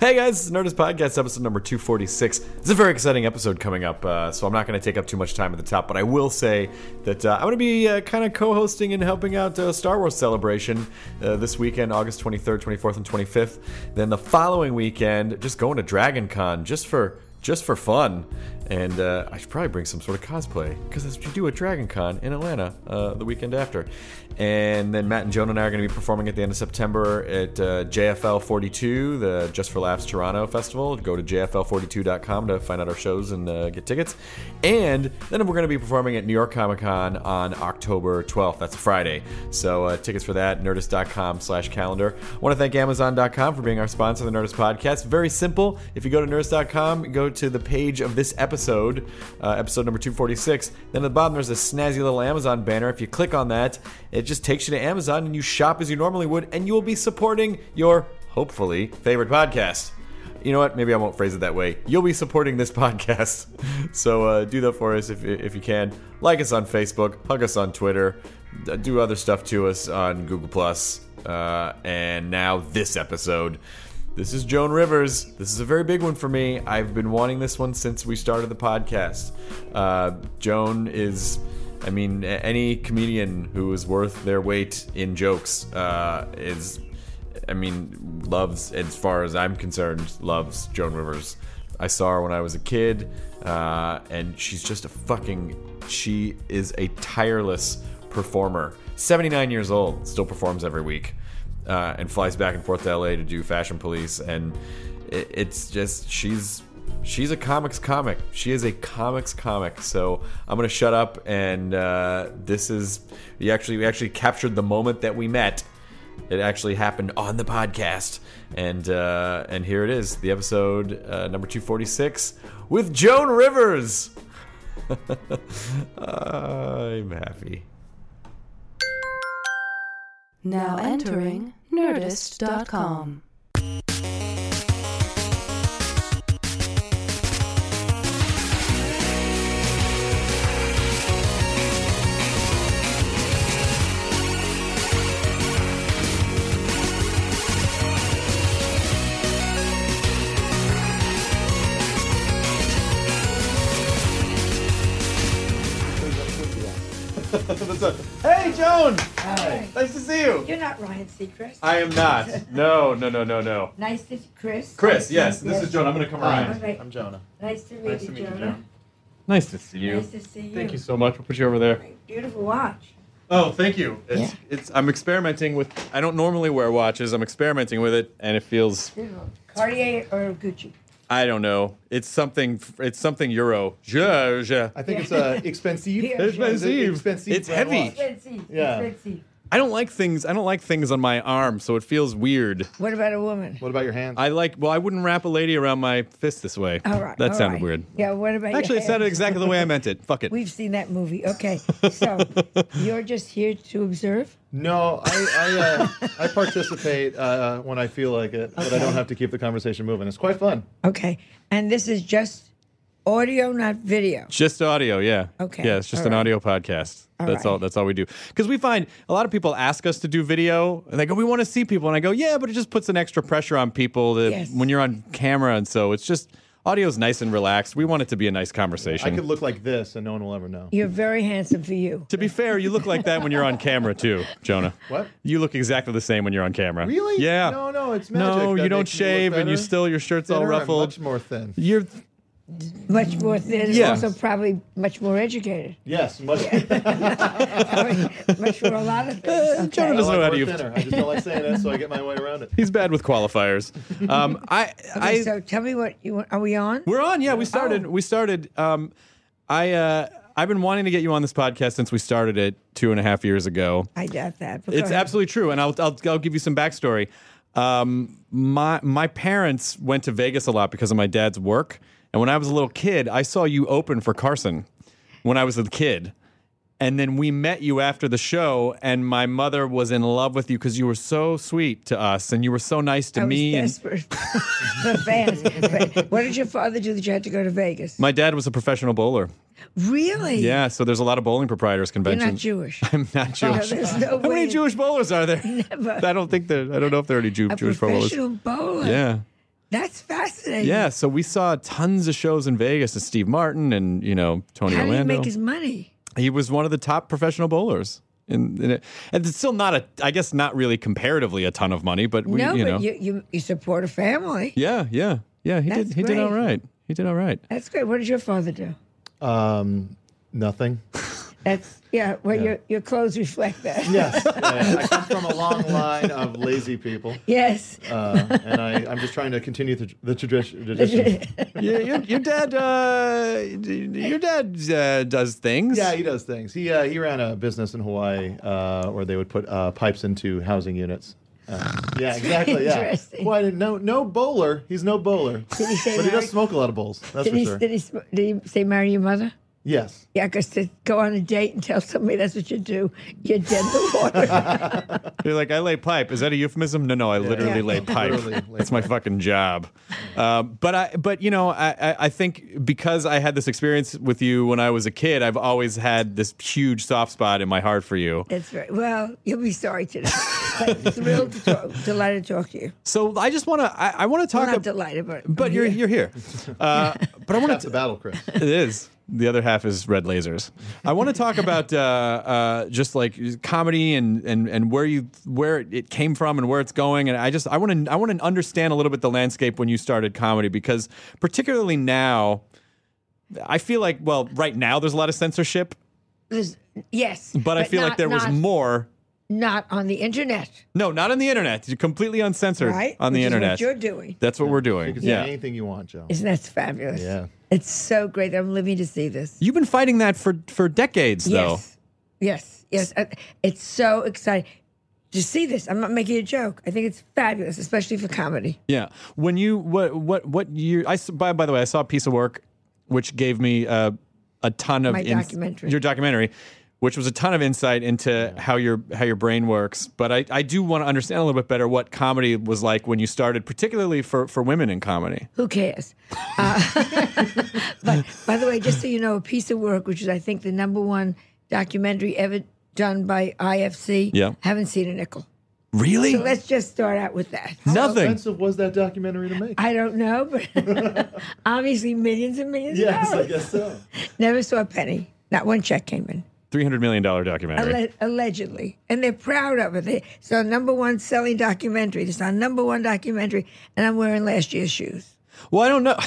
Hey guys, this is Nerdist Podcast episode number 246. It's a very exciting episode coming up, uh, so I'm not going to take up too much time at the top, but I will say that uh, I'm going to be uh, kind of co hosting and helping out uh, Star Wars Celebration uh, this weekend, August 23rd, 24th, and 25th. Then the following weekend, just going to Dragon Con just for. Just for fun, and uh, I should probably bring some sort of cosplay because that's what you do at Dragon Con in Atlanta uh, the weekend after. And then Matt and Joan and I are going to be performing at the end of September at uh, JFL 42, the Just for Laughs Toronto Festival. Go to jfl42.com to find out our shows and uh, get tickets. And then we're going to be performing at New York Comic Con on October 12th. That's a Friday. So uh, tickets for that, nerdist.com slash calendar. I want to thank Amazon.com for being our sponsor of the Nerdist Podcast. Very simple. If you go to nerdist.com, go to the page of this episode, uh, episode number 246. Then at the bottom, there's a snazzy little Amazon banner. If you click on that, it just takes you to Amazon and you shop as you normally would, and you will be supporting your, hopefully, favorite podcast. You know what? Maybe I won't phrase it that way. You'll be supporting this podcast. So uh, do that for us if, if you can. Like us on Facebook, hug us on Twitter, d- do other stuff to us on Google. Plus. Uh, and now this episode. This is Joan Rivers. This is a very big one for me. I've been wanting this one since we started the podcast. Uh, Joan is, I mean, a- any comedian who is worth their weight in jokes uh, is, I mean, loves, as far as I'm concerned, loves Joan Rivers. I saw her when I was a kid, uh, and she's just a fucking, she is a tireless performer. 79 years old, still performs every week uh, and flies back and forth to LA to do Fashion Police, and it, it's just she's she's a comics comic. She is a comics comic. So I'm gonna shut up, and uh, this is we actually we actually captured the moment that we met. It actually happened on the podcast, and uh, and here it is, the episode uh, number 246 with Joan Rivers. I'm happy. Now entering Nerdist.com. Hey, Joan! Nice to see you. You're not Ryan Seacrest. I am not. No, no, no, no, no. nice to Chris. Chris, yes, this is Joan. I'm going to come All around. right. I'm Jonah. Nice to meet Nice you, to meet you, Jonah. Jonah. Nice to see you. Nice to see you. Thank you so much. We'll put you over there. Beautiful watch. Oh, thank you. It's, it's. I'm experimenting with. I don't normally wear watches. I'm experimenting with it, and it feels. Beautiful. Cartier or Gucci? I don't know. It's something. It's something Euro. Ja, ja. I think it's uh, expensive. Yeah. Expensive. Expensive It's brand heavy. watch. Expensive. Yeah. Expensive. I don't like things. I don't like things on my arm, so it feels weird. What about a woman? What about your hands? I like. Well, I wouldn't wrap a lady around my fist this way. All right. That all sounded right. weird. Yeah, what about your Actually, it hair? sounded exactly the way I meant it. Fuck it. We've seen that movie. Okay. So you're just here to observe? no, I I, uh, I participate uh, when I feel like it, but I don't have to keep the conversation moving. It's quite fun. Okay. And this is just Audio, not video. Just audio, yeah. Okay, Yeah, it's just all an right. audio podcast. that's right. all that's all we do. Cuz we find a lot of people ask us to do video and they go we want to see people and I go, "Yeah, but it just puts an extra pressure on people that Yes. when you're on camera and so it's just audio's nice and relaxed. We want it to be a nice I conversation. could look like this and no one will ever know. You're very handsome for you. to be fair, you look like that when you're on camera too, Jonah. What? You look exactly the same when you're on camera. Really? Yeah. No, no, it's magic. No, That you don't makes me look shave and you better. still your shirt's all Thinner, I'm ruffled. Much more thin. You're Much more thin. Yeah. Also, probably much more educated. Yes, much. much for a lot of things. Jonah doesn't I like know how more to use- thinner. I just don't like saying that, so I get my way around it. he's bad with qualifiers. Um, I I Okay, so tell me what you want. Are we on? We're on. Oh. Yeah, we started. We started. Um, I uh, I've been wanting to get you on this podcast since we started it two and a half years ago. I doubt that. but go It's ahead. absolutely true, and I'll, I'll I'll give you some backstory. Um, my my parents went to Vegas a lot because of my dad's work, and when I was a little kid, I saw you open for Carson when I was a kid. And then we met you after the show, and my mother was in love with you because you were so sweet to us, and you were so nice to I was me. and- desperate for fans. But what did your father do that you had to go to Vegas? my dad was a professional bowler. really? Yeah, so there's a lot of bowling proprietors You're conventions. not Jewish. I'm not Jewish. there's no How way- many Jewish bowlers are there? Never. I don't think there. I don't know if there are any Jew, A Jewish bowlers. professional bowler. Yeah, That's fascinating. yeah. So we saw tons of shows in Vegas with Steve Martin and you know Tony How did he Orlando. make his money? He was one of the top professional bowlers. And, and, it, and it's still not a, I guess, not really comparatively a ton of money, but we, no, you but know, you, you you support a family. yeah, yeah, yeah. He That's did. He did great. all right. He did all right. That's great. What did your father do? Um, nothing. That's yeah. Well, your your clothes reflect that. Yes. Yeah, I come from a long line of lazy people, Yes. uh, and I, I'm just trying to continue the, the tradi- tradition. yeah, your, your dad, uh, your dad uh, does things. Yeah, he does things. He uh, he ran a business in Hawaii uh, where they would put uh, pipes into housing units. Uh, yeah, exactly. Yeah. Interesting. Why didn't no no bowler? He's no bowler. Did he say but he Mary- does smoke a lot of bowls. That's Did for he, sure. did he sm- did he say marry your mother? Yes. Yeah, because to go on a date and tell somebody that's what you do, you're dead in the water. You're like, I lay pipe. Is that a euphemism? No, no, I literally lay Yeah. pipe. Literally lay That's my fucking job. Uh, but I, but you know, I, I, I think because I had this experience with you when I was a kid, I've always had this huge soft spot in my heart for you. that's right. Well, you'll be sorry today. But thrilled to talk, delighted to talk to you. So I just want to, I, I want to Well, talk. not ab- delighted, but but you're you're here. Uh, but I want That's to. the battle, Chris. It is. The other half is red lasers. I want to talk about uh, uh, just like comedy and, and, and where you where it came from and where it's going. And I just I want to I want to understand a little bit the landscape when you started comedy because particularly now, I feel like well right now there's a lot of censorship, There's- yes. but, I feel like not- there was not- more. Not on the internet, No, not on the internet. You're completely uncensored right? on the Which is internet. what you're doing. That's what we're You doing. can say Yeah. anything you want, Joe. Isn't that fabulous? Yeah. It's so great. I'm living to see this. You've been fighting that for for decades though. Yes. Yes. Yes. Uh, It's so exciting to see this. I'm not making a joke. I think it's fabulous, especially for comedy. Yeah. When you what what what year? I s- by by the way, I saw a piece of work which gave me uh, a ton of My ins- documentary. Your documentary, which was a ton of insight into how your how your brain works. But I I do want to understand a little bit better what comedy was like when you started, particularly for for women in comedy. Who cares? Uh, but by the way, just so you know, a piece of work, which is I think the number one documentary ever done by IFC. Yeah. haven't seen a nickel. Really? So let's just start out with that. How Nothing. expensive was that documentary to make? I don't know, but obviously millions and millions. of yes, I dollars. guess so. Never saw a penny. Not one check came in. Three hundred million dollar documentary. Alle- allegedly, and they're proud of it. They- It's our number one selling documentary. It's our number one documentary, and I'm wearing last year's shoes. Well, I don't know.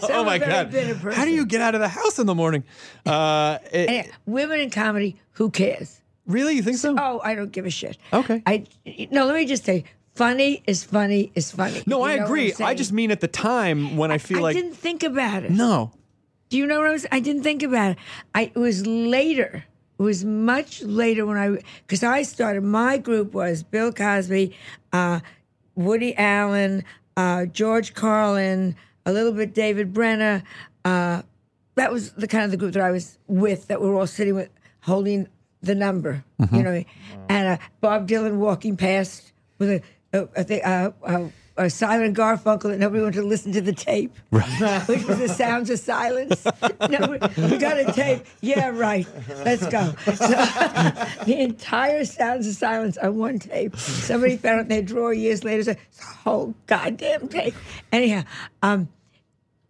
So oh I'm my a very god! bitter How do person. you get out of the house in the morning? Uh, it- Anyway, women in comedy, who cares? really? You think so? Oh, I don't give a shit. Okay. I no. Let me just say, funny is funny is funny. no, You I know what agree. I I'm saying? just mean at the time when I feel I like didn't think about it. no, Do you know what I was? I didn't think about it. I it was later. It was much later when I because I started. My group was Bill Cosby, uh, Woody Allen, uh, George Carlin, a little bit David Brenner. Uh, that was the kind of the group that I was with. That we were all sitting with, holding the number. You know, and uh, Bob Dylan walking past with a, a, a, a, a, a or Silent Garfunkel that nobody wanted to listen to the tape, which was the sounds of silence. no, we, we got a tape. Yeah, right. Let's go. So, the entire sounds of silence on one tape. Somebody found it in their drawer years later. Said, it's a whole goddamn tape. Anyhow, um,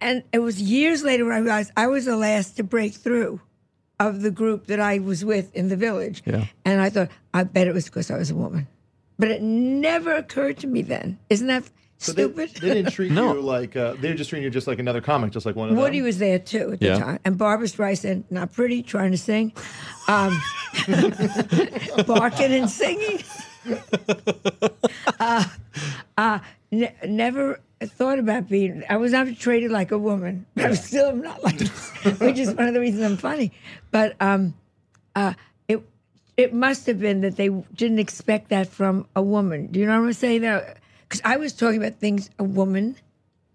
and it was years later when I realized I was the last to break through of the group that I was with in the village. Yeah. And I thought, I bet it was because I was a woman. But it never occurred to me then. Isn't that They, stupid? they didn't treat you like uh, they were just treating you just like another comic, just like one of Woody them. was there too at Yeah. the time, and Barbara Streisand, not pretty, trying to sing, um, barking and singing. uh, uh, ne- never thought about being. I was not treated like a woman. But I'm still not like, which is one of the reasons I'm funny. But um, uh, it it must have been that they didn't expect that from a woman. Do you know what I'm saying? Because I was talking about things a woman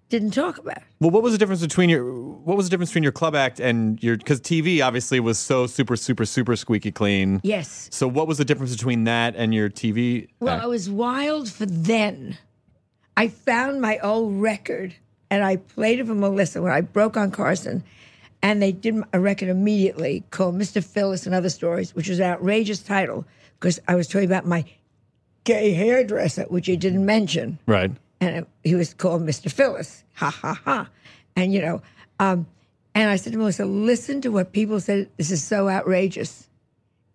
didn't talk about. Well, what was the difference between your what was the difference between your club act and your because TV obviously was so super super super squeaky clean. Yes. So what was the difference between that and your TV? Well, act? I was wild for then. I found my old record and I played it for Melissa when I broke on Carson. And they did a record immediately called Mr. Phyllis and Other Stories, which was an outrageous title because I was talking about my gay hairdresser, which he didn't mention right. and he was called Mr. Phyllis. Ha ha ha. And you know, um, and I said to Melissa, listen to what people said. This is so outrageous.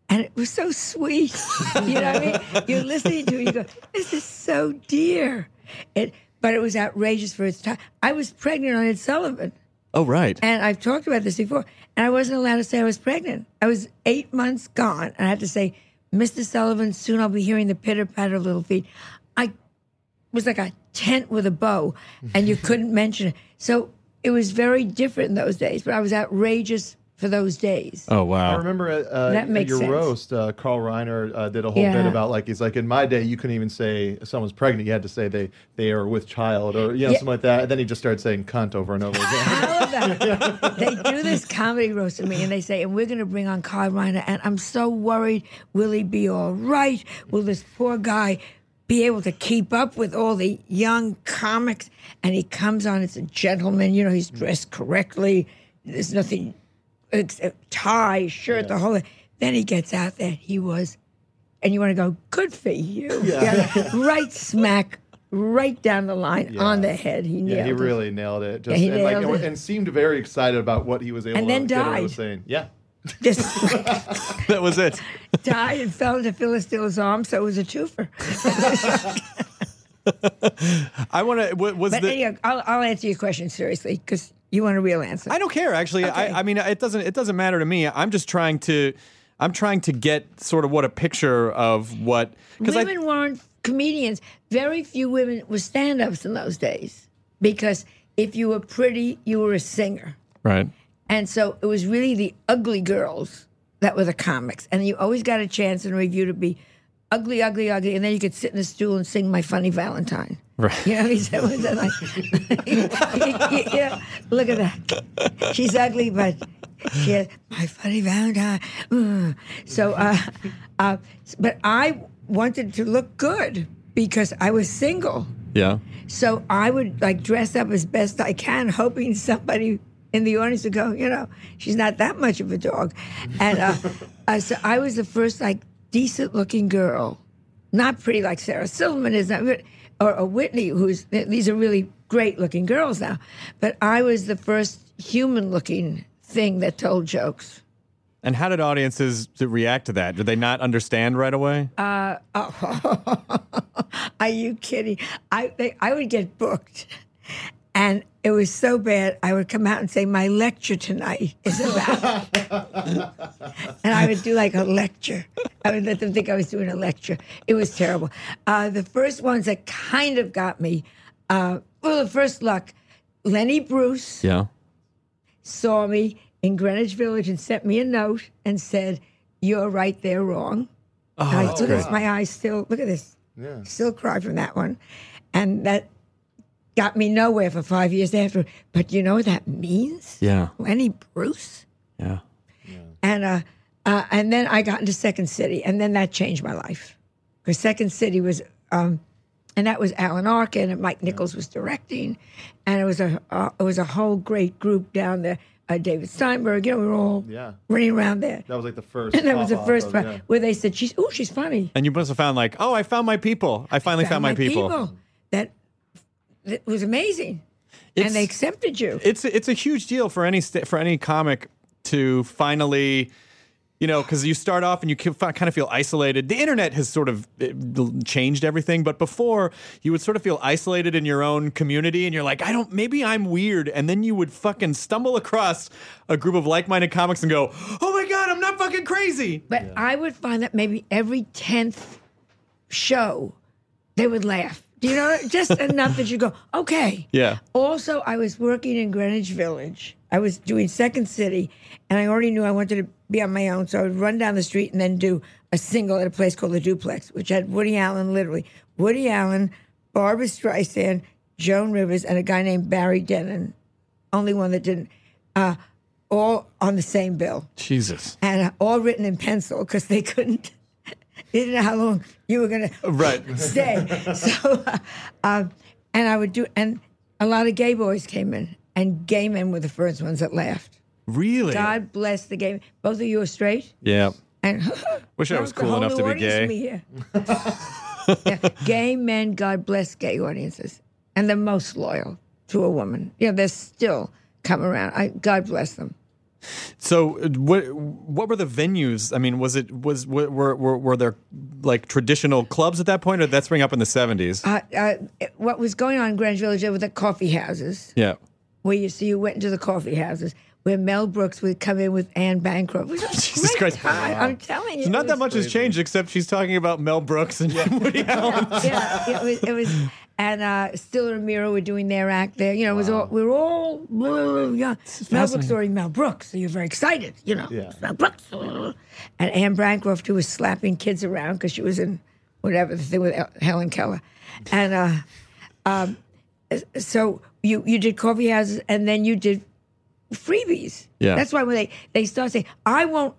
And it was so sweet. you know what I mean? You're listening to it, you go, this is so dear. It, but it was outrageous for its time. I was pregnant on Ed Sullivan. Oh, right. And I've talked about this before. And I wasn't allowed to say I was pregnant. I was eight months gone. And I had to say, Mr. Sullivan, soon I'll be hearing the pitter patter of little feet. I was like a tent with a bow, and you couldn't mention it. So it was very different in those days, but I was outrageous for those days. oh I wow. remember uh, uh, That at makes your sense. roast, uh, Carl Reiner uh, did a whole bit Yeah. about like he's like in my day you couldn't even say someone's pregnant, you had to say they they are with child or you know Yeah. something like that. And then he just started saying cunt over and over again. All of that. they do this comedy roast of me, and they say, "And we're going to bring on Carl Reiner." And I'm so worried. Will he be all right? Will this poor guy be able to keep up with all the young comics? And he comes on. It's a gentleman. You know, he's dressed correctly. There's nothing except tie, shirt, the whole. Then he gets out there. He was and you want to go, good for you. Yeah. right smack, right down the line, on the head. He nailed yeah, he it. really nailed it. Just, he and, like, nailed and, it. and seemed very excited about what he was able And to then get out of died. saying. Yeah. Just that was it. died and fell into Phyllis Dill's arms, so it was a twofer. I want to. Was But the? anyway, I'll, I'll answer your question seriously because you want a real answer. I don't care actually. I, I mean, it doesn't. It doesn't matter to me. I'm just trying to. I'm trying to get sort of what a picture of what because women I weren't comedians. Very few women were stand ups in those days because if you were pretty, you were a singer. right. And so it was really the ugly girls that were the comics. And you always got a chance in review to be ugly, ugly, ugly. And then you could sit in a stool and sing My Funny Valentine. Right. You know what I mean? So it was like, you, you know, look at that. She's ugly, but she has My Funny Valentine. Mm. So, uh, uh, but I wanted to look good because I was single. Yeah. So I would like dress up as best I can, hoping somebody in the audience would go, you know, she's not that much of a dog. And uh, uh, so I was the first like decent looking girl, not pretty like Sarah Silverman is, not, or, or Whitney, who's these are really great looking girls now. But I was the first human looking thing that told jokes. And how did audiences react to that? Did they not understand right away? Uh, Are you kidding? I they, I would get booked, and it was so bad. I would come out and say my lecture tonight is about, and I would do like a lecture. I would let them think I was doing a lecture. It was terrible. Uh, the first ones that kind of got me, uh, well, the first luck, Lenny Bruce yeah. saw me in Greenwich Village and sent me a note and said, "You're right, they're wrong." Oh, I, that's look at great. this, my eyes still look at this. Still cry from that one, and that got me nowhere for five years after. But you know what that means? Yeah. Lenny Bruce, Yeah. and uh, uh, and then I got into Second City, and then that changed my life because Second City was um, and that was Alan Arkin and Mike Nichols was directing, and it was a uh, it was a whole great group down there. Uh, David Steinberg, you know, we were all Yeah. running around there. That was like the first. And that was the pop-up first of- part yeah. where they said, "She's oh, she's funny." And you must have found like, oh, I found my people. I finally found, my, people. That, that was amazing, It's- and they accepted you. It's it's a huge deal for any st- for any comic to finally. You know, because you start off and you can fi- kind of feel isolated. The internet has sort of eh, changed everything, but before you would sort of feel isolated in your own community, and you're like, I don't, maybe I'm weird. And then you would fucking stumble across a group of like-minded comics and go, Oh my god, I'm not fucking crazy. But I would find that maybe every tenth show they would laugh. Do you know just enough that you go, okay. Yeah. Also, I was working in Greenwich Village. I was doing Second City, and I already knew I wanted to be on my own, so I would run down the street and then do a single at a place called the Duplex, which had Woody Allen, literally Woody Allen, Barbara Streisand, Joan Rivers, and a guy named Barry Denon, only one that didn't, uh, all on the same bill Jesus. and all written in pencil because they couldn't. They didn't know how long you were gonna Right. stay. So, uh, um, and I would do, and a lot of gay boys came in, and gay men were the first ones that laughed. Really? God bless the gay. Both of you are straight, Yeah. and Wish I was the cool whole enough to new be audience gay. me here. yeah, gay men, God bless gay audiences, and the most loyal to a woman. Yeah, they're still come around. I, God bless them. So uh, what what were the venues? I mean, was it was were were, were there like traditional clubs at that point, or did that spring up in the seventies? uh, uh, what was going on in Greenwich Village there were the coffee houses yeah. where you see you went into the coffee houses where Mel Brooks would come in with Anne Bancroft. It was a Jesus great Christ. time. I'm telling you. So not it that was- much has changed, except she's talking about Mel Brooks and Woody Allen. Yeah, it was. It was and uh, Still and Miro were doing their act there. You know, it was all, we were all blah, blah, blah, yeah. Mel Brooks already Mel Brooks, so you're very excited. You know, Yeah. Mel Brooks. blah, blah, blah. And Anne Bancroft, who was slapping kids around because she was in whatever the thing with Hel- Helen Keller, and. uh um, so you you did coffee houses and then you did freebies. Yeah. That's why when they they start saying, "I won't,"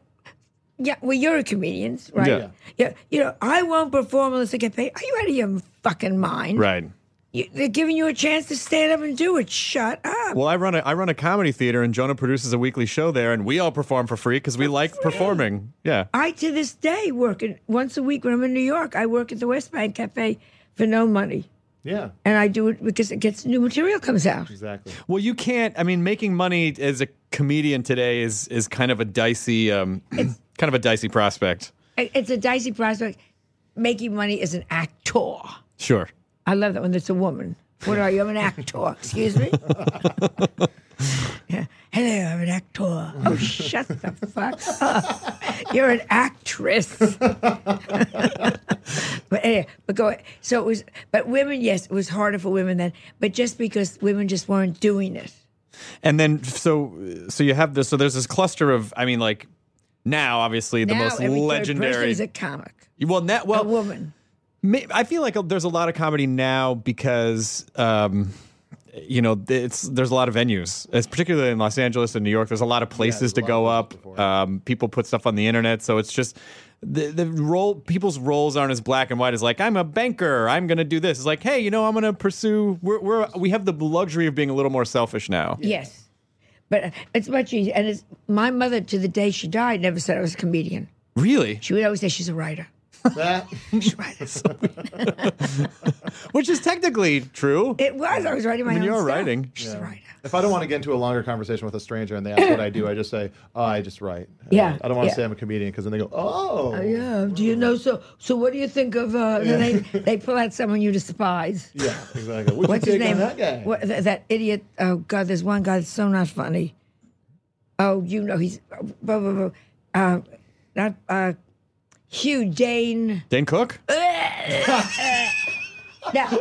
yeah, well, you're a comedian, right? Yeah. yeah. You know, I won't perform unless I get paid. Are you out of your fucking mind? Right. You, they're giving you a chance to stand up and do it. Shut up. Well, I run a I run a comedy theater, and Jonah produces a weekly show there, and we all perform for free because we like performing. Yeah. I to this day work at, once a week when I'm in New York. I work at the West Bank Cafe for no money, Yeah. and I do it because it gets new material comes out. Exactly. Well, you can't. I mean, making money as a comedian today is is kind of a dicey um, kind of a dicey prospect. It- It's a dicey prospect. Making money as an actor. Sure. I love that one. That's a woman. What are you? I'm an actor. Excuse me. yeah. Hello, I'm an actor. Oh, shut the fuck up. You're an actress. but anyway, but go. So it was. But women, yes, it was harder for women then. But just because women just weren't doing it. And then so so you have this so there's this cluster of I mean like now obviously the now most every third person legendary is a comic. well net A well woman. ma- I feel like uh, there's a lot of comedy now because um you know it's there's a lot of venues it's particularly in Los Angeles and New York there's a lot of places to there's a go lot of up um people put stuff on the internet so it's just the, the role people's roles aren't as black and white as like I'm a banker I'm gonna do this it's like hey you know I'm gonna pursue we're, we're we have the luxury of being a little more selfish now Yes. But it's much easier. And it's, my mother, to the day she died, never said I was a comedian. really She would always say she's a writer. That She's a writer. which is technically true It was. I was writing my When own you're stuff. writing. She's a writer. If I don't want to get into a longer conversation with a stranger and they ask what I do, I just say, oh, I just write. Uh, Yeah, I don't want to yeah. say I'm a comedian because then they go, oh. Yeah. Do you know? So, so what do you think of? Uh, then They they pull out someone you despise. Yeah, exactly. What's, What's your his take name? on that guy? What, th- that idiot. Oh God, there's one guy that's so not funny. Oh, you know he's blah blah blah. Uh, not uh, Hugh Dane. Dane Cook? Now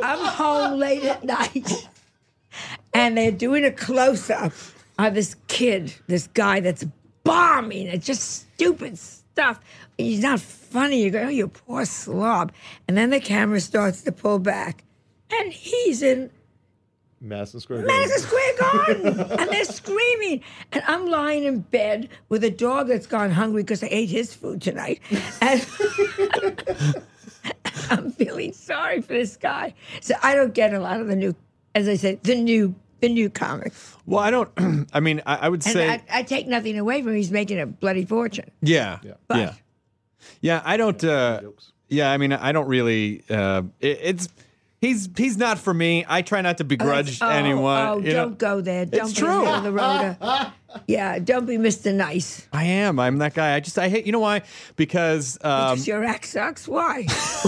I'm home late at night, and they're doing a close up of this kid, this guy that's bombing. It's just stupid stuff. He's not funny. You go, oh, you poor slob. And then the camera starts to pull back, and he's in Madison Square Garden. Madison Square Garden, and they're screaming. And I'm lying in bed with a dog that's gone hungry because I ate his food tonight. And, I'm feeling sorry for this guy. So I don't get a lot of the new, as I said, the new, the new comics. Well, I don't. I mean, I, I would And say, I, I take nothing away from him. He's making a bloody fortune. yeah, But- yeah, yeah. I don't. Uh, yeah, I mean, I don't really. Uh, it, it's he's he's not for me. I try not to begrudge Oh, anyone. Oh, you know? don't go there. Don't be true. Mr. LaRosa. yeah, don't be Mr. Nice. I am. I'm that guy. I just I hate. You know why? Because um, Because your act sucks. Why?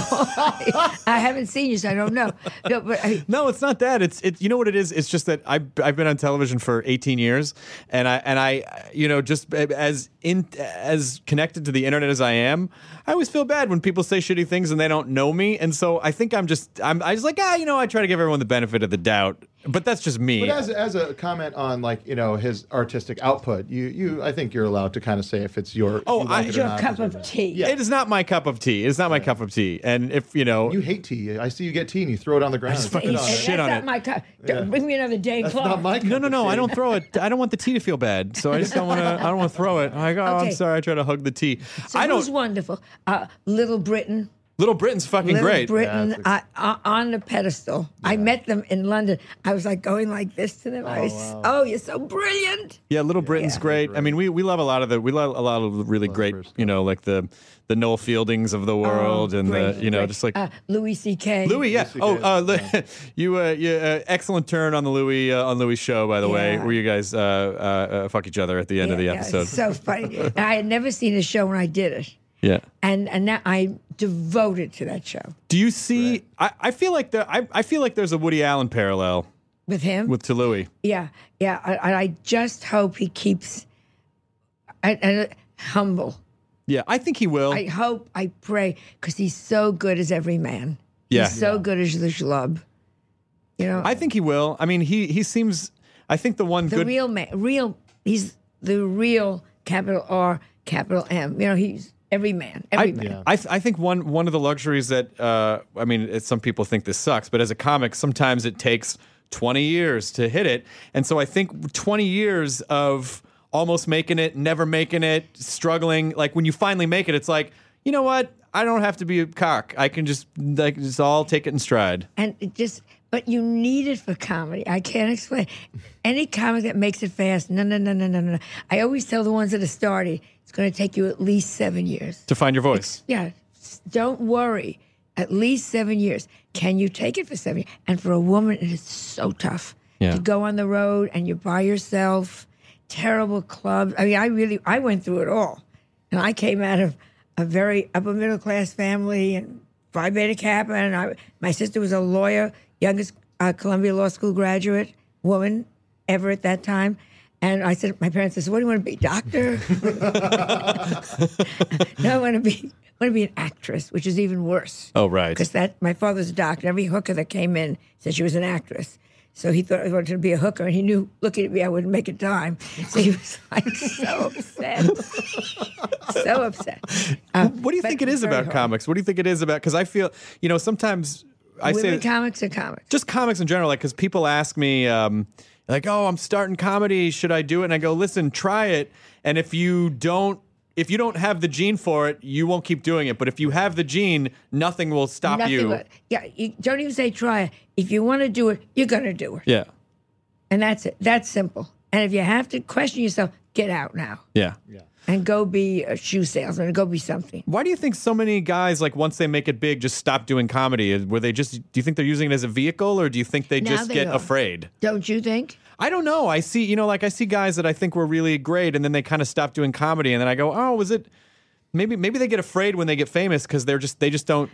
I haven't seen you, so I don't know. No, but I, No, it's not that. It's it. You know what it is? It's just that I've I've been on television for 18 years, and I and I you know just eh, as in as connected to the internet as I am, I always feel bad when people say shitty things and they don't know me, and so I think I'm just I'm I just like ah you know I try to give everyone the benefit of the doubt, but that's just me. But as, as a comment on like you know his artistic output, you you I think you're allowed to kind of say if it's your Oh, you I- like it or your not, cup of deserve it. tea. Yeah. It is not my cup of tea. It's not my cup of tea. And if you know, You hate tea. I see you get tea and you throw it on the ground. just and fucking spit it on and it. shit that's on not it. my cup. Don't Bring me another day That's clock. not my. no, cup no, of no! I tea. don't throw it. I don't want the tea to feel bad, so I just don't want to. I don't want to throw it. I'm like, oh, I'm Okay. sorry. I try to hug the tea. So I who's don't. wonderful? Uh, Little Britain. Little Britain's fucking Little great. Britain Yeah, I- o- on the pedestal. I met them in London. I was like going like this to them. I was, oh, you're so brilliant. Yeah, Little Britain's great. I mean, we, we love a lot of the we love a lot of really great, you know, like the the Noel Fieldings of the world and the Oh, Great, you know great. just like uh, Louis C.K. Louis. Yeah. Louis Oh, CK, uh, Lu- you uh, you uh, excellent turn on the Louis uh, on Louis show by the way, Yeah. where you guys uh, uh, uh, fuck each other at the end of the Yeah, yeah, episode. it's so funny. And I had never seen a show when I did it, yeah. and and now I'm devoted to that show Do you see? I, I feel like the I, I feel like there's a Woody Allen parallel with him. with to Louis. yeah, yeah. I- And I, just hope he keeps and, and humble. Yeah, I think he will. I hope, I pray, because he's so good as every man. Yeah. he's so good as the schlub. You know, I think he will. I mean, he he seems. I think the one the good real man, real. He's the real capital R, capital M. You know, he's every man, every man. I, th- I think one one of the luxuries that uh, I mean, it's, some people think this sucks, but as a comic, sometimes it takes twenty years to hit it, and so I think twenty years of almost making it, never making it, struggling. Like when you finally make it, it's like you know what? I don't have to be a cock. I can just like just all take it in stride. and it just but you need it for comedy. I can't explain. Any comic that makes it fast, no, no, no, no, no, no. no. I always tell the ones that are starting, it's going to take you at least seven years. To find your voice. Yeah, s- don't worry. At least seven years. Can you take it for seven? years? And for a woman, it is so tough Yeah. to go on the road and you're by yourself. Terrible clubs. I mean, I really, I went through it all, and I came out of a very upper middle class family and Phi Beta Kappa, and I, my sister was a lawyer, youngest uh, Columbia Law School graduate woman ever at that time. And I said, my parents said, "What do you want to be, doctor?" No, I want to be I want to be an actress, which is even worse. Oh right. Because that my father's a doctor. Every hooker that came in said she was an actress. So he thought I wanted to be a hooker, and he knew looking at me I wouldn't make a dime. So he was like so upset, so upset. Uh, What do you but think it is very about hard. comics? What do you think it is about? Because I feel you know sometimes I say Women comics are comics. just comics in general like because people ask me um, like oh i'm starting comedy should i do it and i go listen try it and if you don't if you don't have the gene for it you won't keep doing it but if you have the gene nothing will stop Nothing you but yeah. You don't even say try it. If you want to do it, you're gonna do it, yeah and that's it. That's simple. And if you have to question yourself, get out now yeah and go be a shoe salesman. Go be something. why do you think so many guys like once they make it big just stop doing comedy were they just do you think they're using it as a vehicle or do you think they Now just they get are. afraid Don't you think? I don't know. I see, you know, like I see guys that I think were really great, and then they kind of stop doing comedy, and then I go, oh, was it? Maybe maybe they get afraid when they get famous because they're just they just don't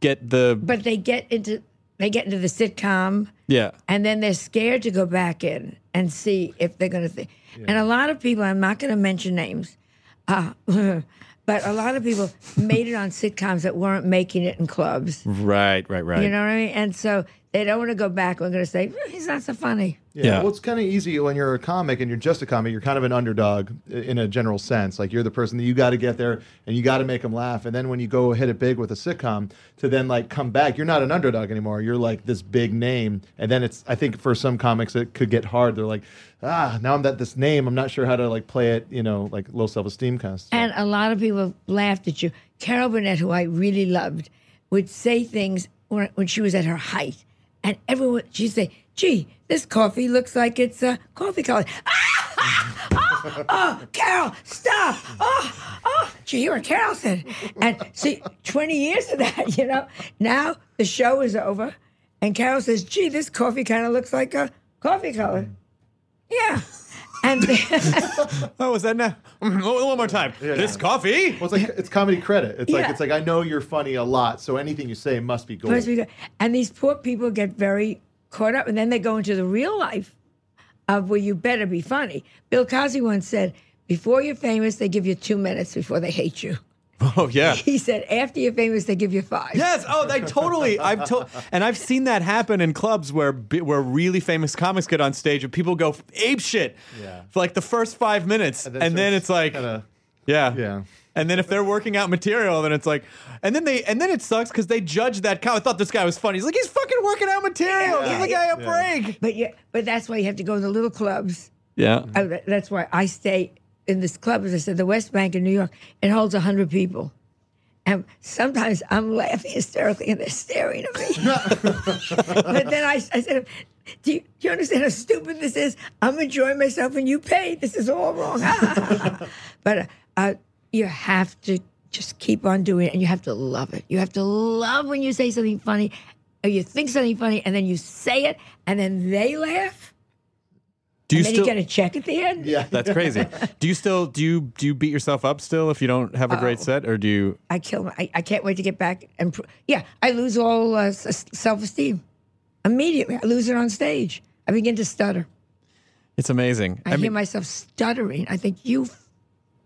get the but they get into they get into the sitcom yeah and then they're scared to go back in and see if they're going to think and a lot of people i'm not going to mention names uh, but a lot of people made it on sitcoms that weren't making it in clubs right right right you know what i mean and so they don't want to go back we're going to say "Eh, he's not so funny Yeah. Yeah. Well, it's kind of easy when you're a comic and you're just a comic. You're kind of an underdog i- in a general sense. Like you're the person that you got to get there and you got to make them laugh. And then when you go hit it big with a sitcom, to then like come back, you're not an underdog anymore. You're like this big name. And then it's I think for some comics it could get hard. They're like, ah, now I'm that this name. I'm not sure how to like play it. You know, like low self esteem kind of stuff. and a lot of people laughed at you carol burnett who i really loved would say things when, when she was at her height, and everyone she'd say, "Gee, this coffee looks like it's uh, coffee colored." Ah, ah, oh, oh, Carol, stop! Oh, oh, gee, you're a Carolson. And see, twenty years of that, you know. Now the show is over, and Carol says, "Gee, this coffee kind of looks like a coffee color." Yeah, and. Oh, is that now? Mm, One one more time. This coffee. Well, it's like it's comedy credit. It's like Yeah. it's like I know you're funny a lot, so anything you say must be gold. Must be good. And these poor people get very caught up, and then they go into the real life of where you better be funny. Bill Cosby once said, "Before you're famous, they give you two minutes before they hate you." Oh yeah. He said, "After you're famous, they give you five. Yes. Oh, they totally. I've told, and I've seen that happen in clubs where bi- where really famous comics get on stage and people go ape shit Yeah. for like the first five minutes, and then, it's like, kinda, yeah, yeah. And then if they're working out material, then it's like, and then they and then it sucks because they judge that comic. I thought this guy was funny. He's like, he's fucking working out material. Give the guy a break. But yeah, but that's why you have to go to the little clubs. Yeah. I, that's why I stay in this club. As I said, the West Bank in New York, it holds hundred people. And sometimes I'm laughing hysterically and they're staring at me. but then I, I said, do you, do you understand how stupid this is? I'm enjoying myself and you pay. This is all wrong. but uh, uh, you have to just keep on doing it and you have to love it. You have to love when you say something funny or you think something funny and then you say it and then they laugh. Do you and then still? you get a check at the end. Yeah. that's crazy. Do you still do you do you beat yourself up still if you don't have a Oh. great set or do you? I kill. My, I, I can't wait to get back and pro- yeah, I lose all uh, self esteem immediately. I lose it on stage. I begin to stutter. It's amazing. I, hear myself stuttering. I think you f-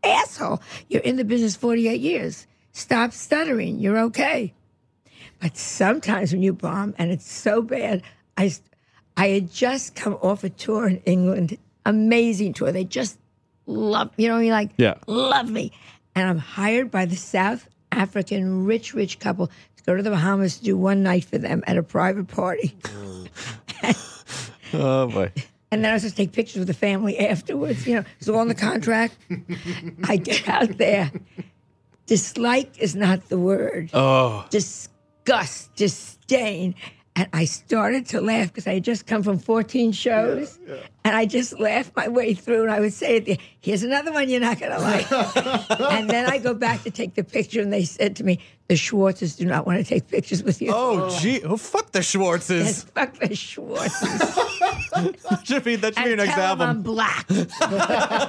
asshole. You're in the business 48 years. Stop stuttering. You're okay. But sometimes when you bomb and it's so bad, I s- I had just come off a tour in England, amazing tour. They just love you know you're like Yeah. love me, and I'm hired by the South African rich rich couple to go to the Bahamas to do one night for them at a private party. oh boy. And then I was just take pictures with the family afterwards. You know, it's all in the contract. I get out there. Dislike is not the word. Oh. Disgust, disdain. And I started to laugh because I had just come from 14 shows. And I just laughed my way through. And I would say, at the- here's another one you're not going to like. and then I go back to take the picture. And they said to me, the Schwartzes do not want to take pictures with you. Oh gee. Oh fuck the Yes, Schwartzes. fuck the Schwartzes. Jiffy, that should be and your next tell album. 'em I'm black.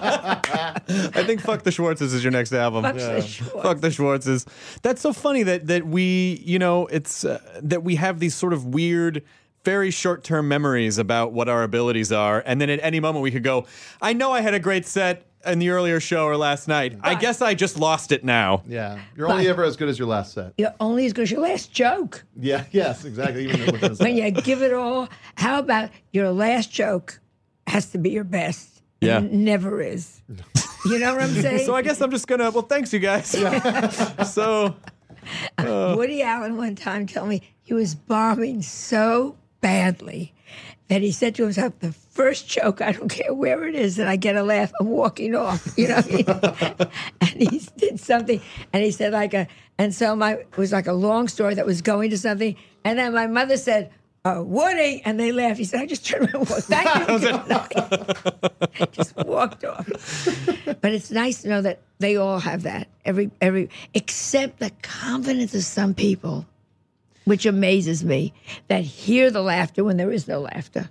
I think "Fuck the Schwartzes" is your next album. Fuck the Schwartzes. Fuck the Schwartzes. That's so funny that that we, you know, it's uh, that we have these sort of weird. Very short term memories about what our abilities are. And then at any moment we could go, I know I had a great set in the earlier show or last night. I guess I just lost it now. Yeah. You're only But- ever as good as your last set. You're only as good as your last joke. Yeah. Yes. Exactly. Even though it was- When you give it all, how about your last joke has to be your best? Yeah. And it never is. You know what I'm saying? So I guess I'm just going to, well, thanks, you guys. so, Woody Allen one time told me he was bombing so badly that he said to himself, "The first joke, I don't care where it is, that I get a laugh, I'm walking off." You know, what I mean? and he did something, and he said like a, and so my it was like a long story that was going to something, and then my mother said. Uh, Woody, and they laughed. He said, "I just turned around, and walked. Thank you, good night." just walked off." but it's nice to know that they all have that. Every every except the confidence of some people, which amazes me, that hear the laughter when there is no laughter.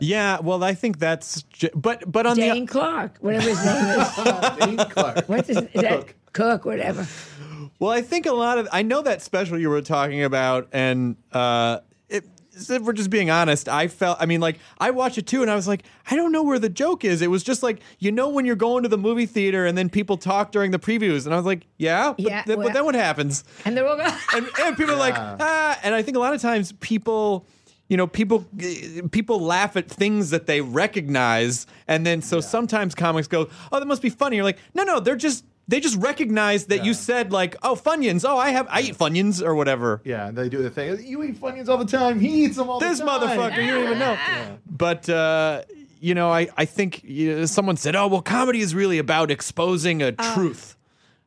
yeah, well, I think that's, ju- but, but on Dane the, Clark, whatever his name is, Dean Clark. what's his is that? Cook. whatever. Well, I think a lot of I know that special you were talking about, and uh, it, if we're just being honest, I felt. I mean, like I watched it too, and I was like, I don't know where the joke is. It was just like you know when you're going to the movie theater, and then people talk during the previews, and I was like, yeah, but, Yeah, then- but well- then what happens? And they're all going, and, and people are like ah and i think a lot of times people you know people people laugh at things that they recognize and then so sometimes comics go oh that must be funny you're like no no they're just they just recognize that you said like oh funyuns oh i have i eat funyuns or whatever Yeah, they do the thing. You eat Funyuns all the time. He eats them all this the time. motherfucker you don't even know but uh you know i i think you know, someone said oh well comedy is really about exposing a truth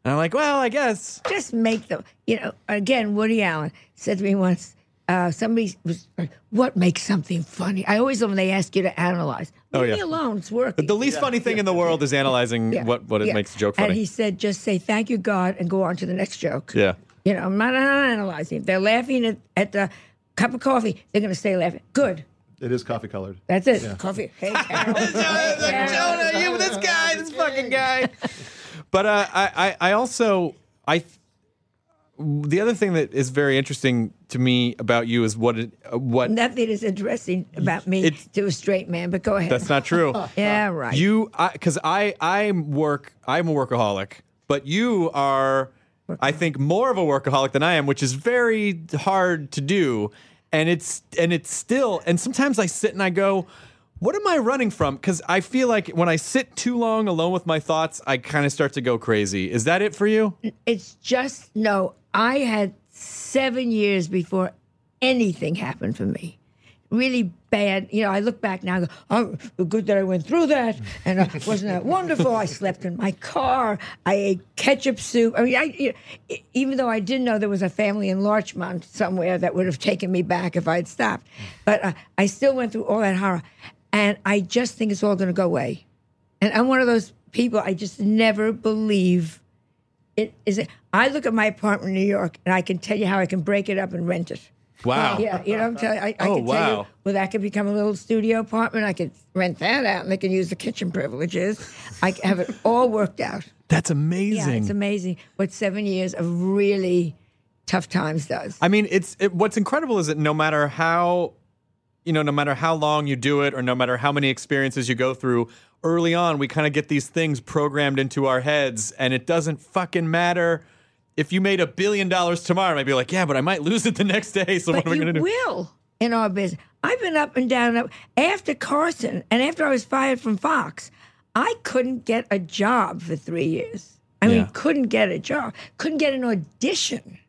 And I'm like, well, I guess. just make them. You know, again, Woody Allen said to me once, uh, somebody was like, "What makes something funny?" I always love when they ask you to analyze. Oh, Leave me yeah. alone. It's working. The least funny thing in the world is analyzing Yeah, what, what it yeah. makes the joke And funny. he said, "Just say thank you, God, and go on to the next joke." yeah. You know, I'm not analyzing. If they're laughing at, at the cup of coffee, they're going to stay laughing. Good. It is coffee colored. That's it. Coffee. Hey, Carol. Jonah, you this guy, this fucking guy. But uh, I, I, I also, I, th- the other thing that is very interesting to me about you is what, it, uh, what. Nothing is addressing about me It's- to a straight man, but go ahead. That's not true. yeah, right. You, because I, I, work. I'm a workaholic, but you are, I think, more of a workaholic than I am, which is very hard to do. And it's and it's still. And sometimes I sit and I go, "What am I running from?" Because I feel like when I sit too long alone with my thoughts, I kind of start to go crazy. Is that it for you? It's just no. I had seven years before anything happened for me. Really bad. You know, I look back now. and go, Oh, good that I went through that. And uh, wasn't that wonderful? I slept in my car. I ate ketchup soup. I mean, I, you know, e- even though I didn't know there was a family in Larchmont somewhere that would have taken me back if I'd stopped, but uh, I still went through all that horror. And I just think it's all going to go away. And I'm one of those people. I just never believe it is it, I look at my apartment in New York and I can tell you how I can break it up and rent it. Wow. Yeah, you know, I'm telling. I, I Oh, can tell wow. you. Well, that could become a little studio apartment. I could rent that out, and they can use the kitchen privileges. I can have it all worked out. That's amazing. Yeah, it's amazing what seven years of really tough times does. I mean, it's it, what's incredible is that no matter how, you know, no matter how long you do it, or no matter how many experiences you go through, early on we kind of get these things programmed into our heads, and it doesn't fucking matter. If you made a billion dollars tomorrow, I'd be like, yeah, but I might lose it the next day. So but what am I you going to do? will in our business. I've been up and down. and Up. After Carson and after I was fired from Fox, I couldn't get a job for three years. I mean, Yeah. couldn't get a job, couldn't get an audition.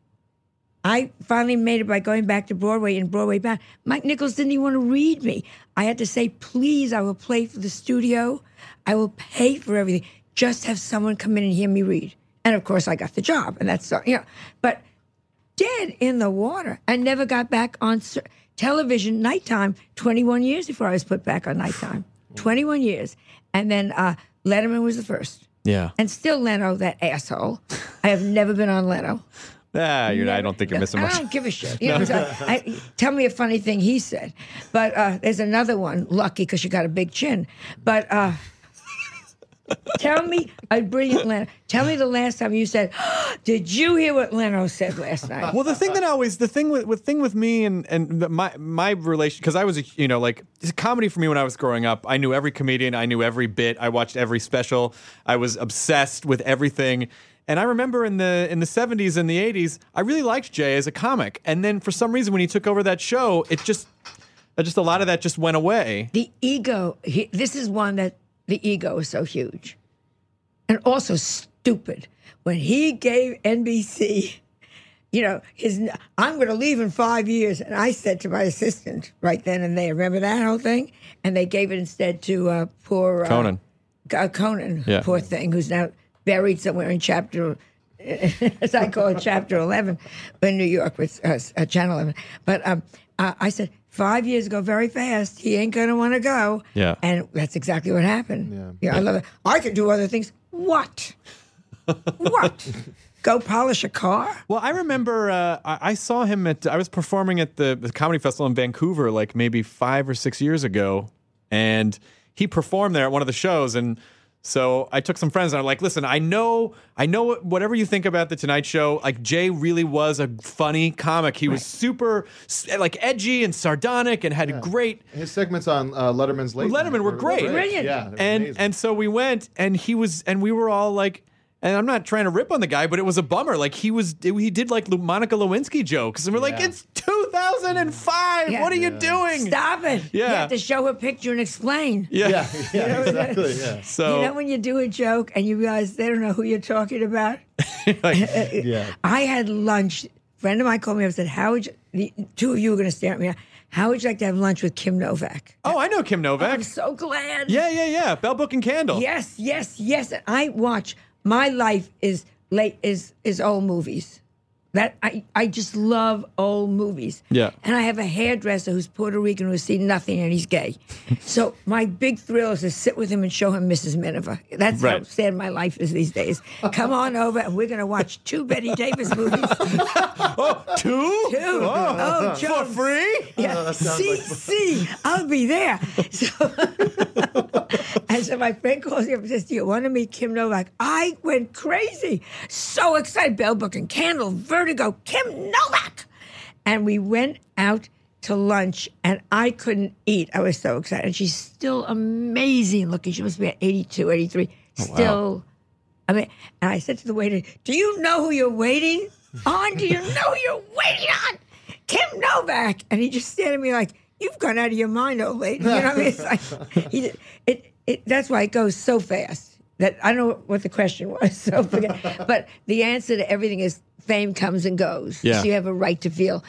I finally made it by going back to Broadway and Broadway Bound. Mike Nichols didn't even want to read me. I had to say, please, I will play for the studio. I will pay for everything. Just have someone come in and hear me read. And of course, I got the job. And that's, you know, but dead in the water and never got back on ser- television nighttime 21 years before I was put back on nighttime. 21 years. And then uh, Letterman was the first. Yeah. And still Leno, that asshole. I have never been on Leno. Ah, you're, I don't think you're missing I much. don't give a shit. You know what I'm saying? I, tell me a funny thing he said. But uh, there's another one, lucky because you got a big chin. But uh, tell me a brilliant Leno. Tell me the last time you said, Did you hear what Leno said last night? Well, the thing that I always the thing with, with thing with me and and the- my my relation because I was a you know like comedy for me when I was growing up. I knew every comedian, I knew every bit, I watched every special, I was obsessed with everything. And I remember in the in the seventies and the eighties, I really liked Jay as a comic. And then for some reason, when he took over that show, it just uh, just a lot of that just went away. the ego he, this is one that the ego is so huge and also stupid when he gave nbc you know his i'm going to leave in five years and i said to my assistant right then and there remember that whole thing and they gave it instead to uh, poor uh, Conan. G- uh, conan Yeah. poor thing who's now buried somewhere in chapter as I call it, Chapter 11, but in New York with uh, uh, Channel 11. But um, uh, I said, five years ago, very fast, he ain't going to want to go. Yeah. And that's exactly what happened. Yeah. I love it. I could do other things. What? what? Go polish a car? Well, I remember uh, I, I saw him at I was performing at the, the comedy festival in Vancouver like maybe five or six years ago, and he performed there at one of the shows. And so I took some friends and I'm like, listen, I know, I know what- whatever you think about the Tonight Show. Like Jay really was a funny comic. He was super s- like edgy and sardonic and had great His segments on uh, Letterman's late Letterman night were great. Brilliant. Yeah, they were and amazing. and so we went and he was and we were all like and I'm not trying to rip on the guy, but it was a bummer. Like he was, he did like Lu- Monica Lewinsky jokes, and we're like, Yeah. it's 2005. Yeah. What are you doing? Stop it. You Yeah. have to show a picture and explain. Yeah. yeah, yeah, exactly. Yeah, So you know when you do a joke and you realize they don't know who you're talking about? Uh, yeah. I had lunch. A friend of mine called me up and said, How would you, the two of you are going to stare at me now. How would you like to have lunch with Kim Novak? oh, I know Kim Novak. I'm so glad. yeah, yeah, yeah. Bell Book and Candle. Yes, yes, yes. And I watch. My life is late is is old movies. That I I just love old movies. Yeah. And I have a hairdresser who's Puerto Rican who's seen nothing and he's gay. so my big thrill is to sit with him and show him Mrs. Miniver. That's how Right. sad my life is these days. Come on over and we're gonna watch two Betty Davis movies. Two? Two. Oh, For Jones. free? Yeah, see, see, I'll be there. So, and so my friend calls me up and says, "Do you want to meet Kim Novak?" I went crazy, so excited. Bell Book and Candle, Vertigo, Kim Novak, and we went out to lunch, and I couldn't eat. I was so excited. And she's still amazing looking. She must be at 82, 83. Still, I mean, and I said to the waiter, "Do you know who you're waiting on? Do you know who you're waiting on?" Kim Novak, and he just stared at me like, "You've gone out of your mind, old lady." You know what I mean? It's like, he, it, it, that's why it goes so fast. That I don't know what the question was, so forget. but the answer to everything is fame comes and goes. Yeah. So you have a right to feel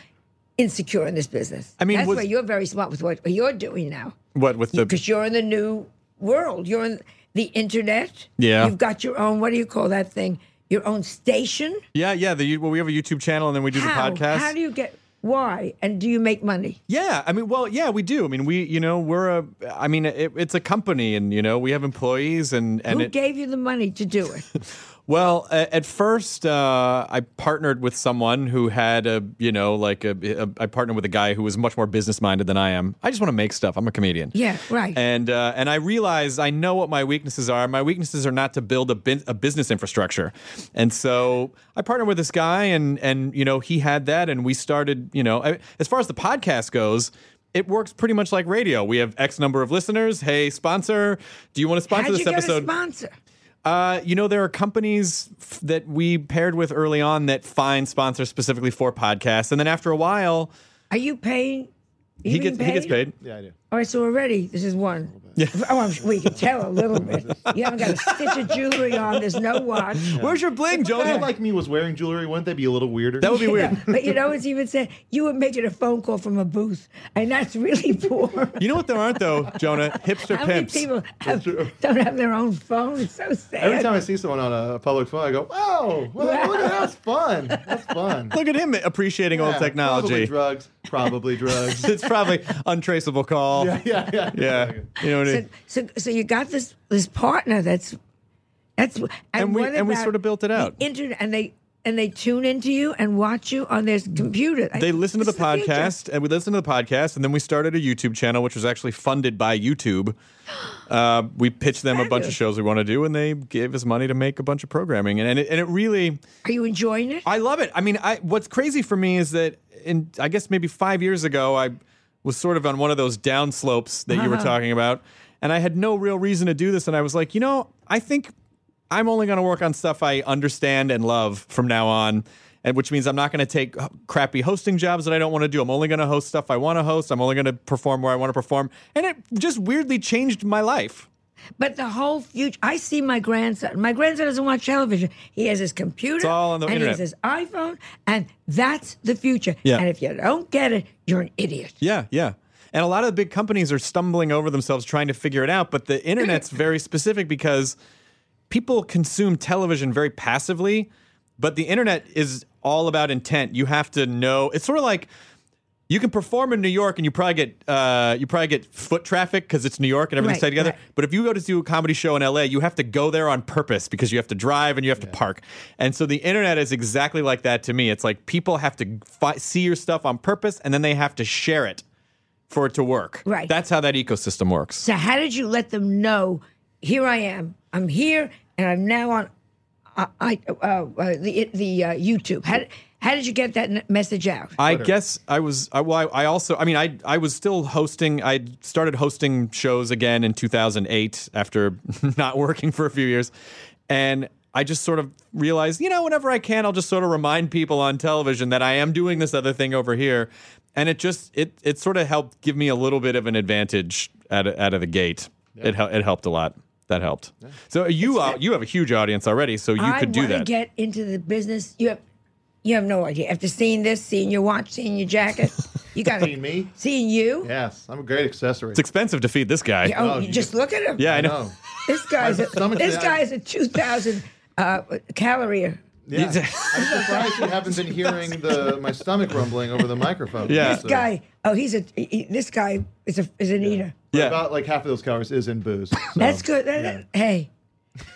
insecure in this business. I mean, that's was- why you're very smart with what you're doing now What with the because you're in the new world. You're in the internet. Yeah. You've got your own, what do you call that thing? Your own station. yeah yeah the well we have a YouTube channel and then we do How? the podcast. How do you get, why? And do you make money? Yeah, I mean, well, yeah, we do. I mean, we, you know, we're a, I mean, it, it's a company, and you know, we have employees, and and Who it, gave you the money to do it? well, a- at first, uh, I partnered with someone who had a, you know, like a, a, I partnered with a guy who was much more business minded than I am. I just want to make stuff. I'm a comedian. Yeah, right. And uh, and I realized I know what my weaknesses are. My weaknesses are not to build a, bin- a business infrastructure, and so I partnered with this guy, and and you know he had that, and we started. You know, I, as far as the podcast goes. It works pretty much like radio. We have X number of listeners. Hey, sponsor, do you want to sponsor How'd you this get episode? a sponsor? Uh, you know, there are companies f- that we paired with early on that find sponsors specifically for podcasts, and then after a while, Are you paying? Are he you gets being he gets paid. Yeah, I do. All right, so already this is one. Oh, I'm, sure- well, you can tell a little bit. You haven't got a stitch of jewelry on. There's no watch. Where's your bling, If a guy Jonah? like me was wearing jewelry, wouldn't that be a little weirder? That would be weird. But you know, it's even said you were making a phone call from a booth, and that's really poor. You know what there aren't though, Jonah? Hipster How pimps. many people have, don't have their own phone? It's so sad. Every time I see someone on a public phone, I go, "Wow, look at that. that's fun. That's fun." Look at him appreciating Yeah, old Probably technology. drugs. Probably drugs. it's probably untraceable call. Yeah, yeah, yeah. You know what I mean? so, so you got this this partner that's that's and, And we- what and we about sort of built it the out. internet, and they and they tune into you and watch you on their computer. I- They listen to the this is future. podcast, and we listened to the podcast, and then we started a YouTube channel, which was actually funded by YouTube. Uh, we pitched them a bunch of Fabulous. shows we want to do, and they gave us money to make a bunch of programming, and and it, and it really. Are you enjoying it? I love it. I mean, I what's crazy for me is that in I guess maybe five years ago I was sort of on one of those down slopes that you were talking about, and I had no real reason to do this, and I was like, you know, I think I'm only going to work on stuff I understand and love from now on. And which means I'm not going to take h- crappy hosting jobs that I don't want to do. I'm only going to host stuff I want to host. I'm only going to perform where I want to perform. And it just weirdly changed my life. But the whole future, I see my grandson. My grandson doesn't watch television. He has his computer. It's all on the and internet. he has his iPhone, and that's the future. Yeah. And if you don't get it, you're an idiot. Yeah, yeah. And a lot of the big companies are stumbling over themselves trying to figure it out, but the internet's very specific because people consume television very passively, but the internet is all about intent. You have to know. It's sort of like you can perform in New York and you probably get uh, you probably get foot traffic because it's New York and everything's Right, tied together. right. But if you go to do a comedy show in LA, you have to go there on purpose because you have to drive and you have to park. And so the internet is exactly like that to me. It's like people have to fi- see your stuff on purpose and then they have to share it for it to work. Right. That's how that ecosystem works. So how did you let them know? Here I am. I'm here, and I'm now on. I, I uh, uh, the the uh, YouTube. How how did you get that n- message out? I guess I was. I, well, I, I also. I mean, I I was still hosting. I started hosting shows again in 2008 after not working for a few years, and I just sort of realized, you know, whenever I can, I'll just sort of remind people on television that I am doing this other thing over here, and it just it it sort of helped give me a little bit of an advantage out of, out of the gate. It hel- it helped a lot. That helped. So you uh, you have a huge audience already, so Uh, you I could do wanna that. Get into the business. You have you have no idea. After seeing this, seeing your watch, seeing your jacket, you got Seeing me? seeing you. Yes, I'm a great accessory. it's expensive to feed this guy. Yeah, Oh, Oh, you you- just look at him. I know. no. This guy's a, Some of this the- guy's a two thousand uh, calorie Yeah. I'm surprised you haven't been hearing the my stomach rumbling over the microphone. uh, Yeah. This guy, oh, he's a he- he- this guy is a is an eater. But Yeah. About like half of those calories is in booze. so- That's good. That- that- Hey,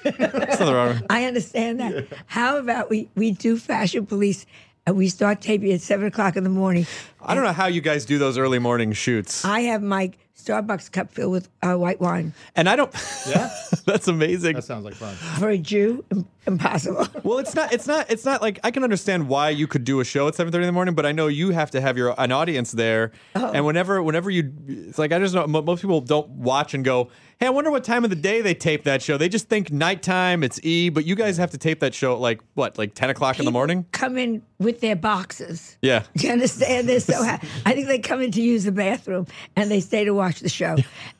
That's nothing wrong. I understand that. How about we we do fashion police and we start taping at seven o'clock in the morning. I don't know how you guys do those early morning shoots. I have my Starbucks cup filled with uh, white wine And I don't. Yeah. that's amazing. That sounds like fun. for a Jew. im- Impossible. well, it's not. It's not. It's not like I can understand why you could do a show at seven thirty in the morning, but I know you have to have your an audience there. And whenever, whenever you, it's like I just know mo- most people don't watch and go, "Hey, I wonder what time of the day they tape that show." They just think nighttime. It's E, but you guys have to tape that show at like what, like ten o'clock in the morning? Come in with their boxes. Yeah. Do you understand this? So ha- I think they come in to use the bathroom and they stay to watch the show.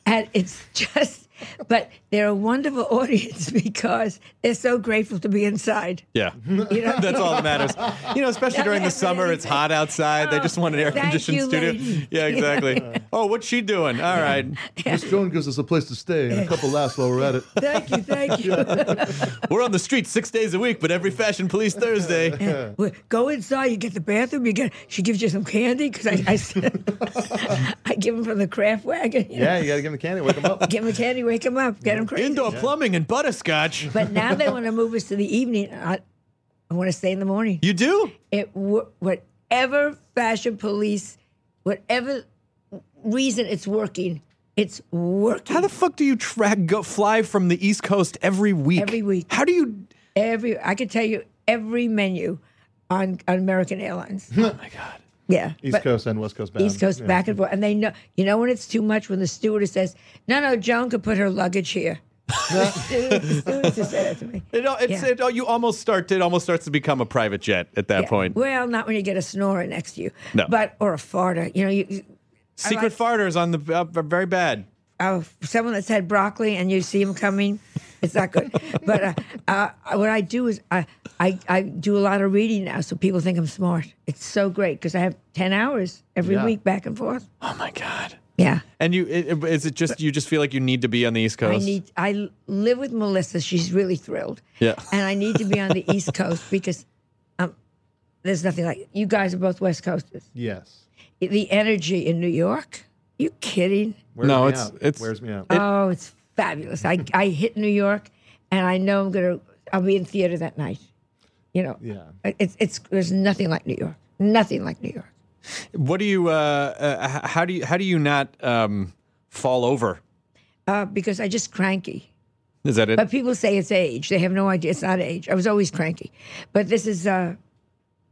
And it's just, but they're a wonderful audience because they're so grateful to be inside. Yeah. You know? That's all that matters. You know, especially That during the matters summer, it's anything. hot outside. They just want an air Oh, Thank conditioned you, studio. lady. Yeah, exactly. oh, what's she doing? All right. Miss Joan gives us a place to stay and a couple laughs while we're at it. Thank you, thank you. We're on the street six days a week, but every Fashion Police Thursday. Well, Go inside, you get the bathroom, you get, she gives you some candy because I, I, s- I give them from the craft wagon. you know. Yeah, you got to give him the candy, wake him up. Give them candy, wake them up, get them crazy. Indoor plumbing and butterscotch. But now they want to move us to the evening. I, I want to stay in the morning. You do? it wor- whatever fashion police, whatever reason it's working, it's working. How the fuck do you track go fly from the East Coast every week? Every week. How do you every I could tell you every menu on, on American Airlines. Oh my god. yeah, East but- Coast and West Coast bound. East Coast Yeah. back and forth, and they know. You know when it's too much when the stewardess says, "No, no, Joan could put her luggage here." the stewardess the stewardess said that to me. It, al- it's, Yeah. it, al- you almost start it almost starts to become a private jet at that Yeah. point. Well, not when you get a snorer next to you, No. but or a farter. You know, you, you- Secret farters on the uh, very bad. uh, someone that's had broccoli and you see him coming, it's not good. but uh, uh, what I do is I, I I do a lot of reading now, so people think I'm smart. It's so great because I have ten hours every Yeah. week back and forth. Oh my god. Yeah, And you it, it- is it just you just feel like you need to be on the East I Coast? need. I live with Melissa. She's really thrilled. Yeah. and I need to be on the East Coast because. Um, there's nothing like you guys are both West Coasters. Yes. The energy in New York, you kidding? Wears No, me it's- out. it's- wears me out. oh, it's fabulous. I, I hit New York, and I know I'm gonna I'll be in theater that night. You know, Yeah. It's it's there's nothing like New York. Nothing like New York. What do you uh, uh h- how do you how do you not um fall over? Uh, because I just cranky. Is that it? But people say it's age. They have no idea. It's not age. I was always cranky, but this is uh,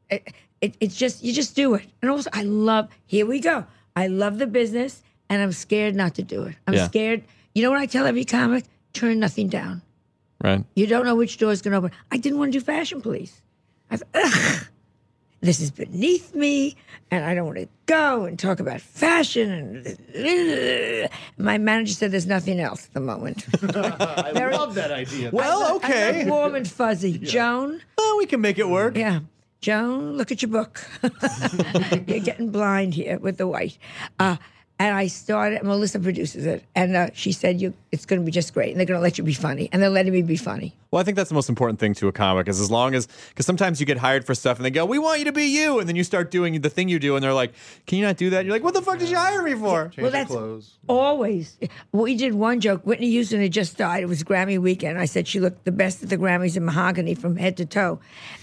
it, it, it's just you just do it. And also, I love. Here we go. I love the business, and I'm scared not to do it. I'm Yeah. scared. You know what I tell every comic? Turn nothing down. right. You don't know which door is going to open. I didn't want to do fashion police. I thought, ugh, this is beneath me, and I don't want to go and talk about fashion. And my manager said, "There's nothing else at the moment." I love that idea. Well, I Oh, okay. love warm and fuzzy, Joan. Well, we can make it work. Yeah. Joan, look at your book. You're getting blind here with the white. Uh, and I started, Melissa produces it. And uh, she said, you, it's going to be just great. And they're going to let you be funny. And they're letting me be funny. Well, I think that's the most important thing to a comic is as long as because sometimes you get hired for stuff and they go, "We want you to be you," and then you start doing the thing you do, and they're like, "Can you not do that?" And you're like, "What the fuck did you hire me for?" Change well, your that's- clothes. Always. We did one joke. Whitney Houston had just died. It was Grammy weekend. I said she looked the best at the Grammys in mahogany from head to toe.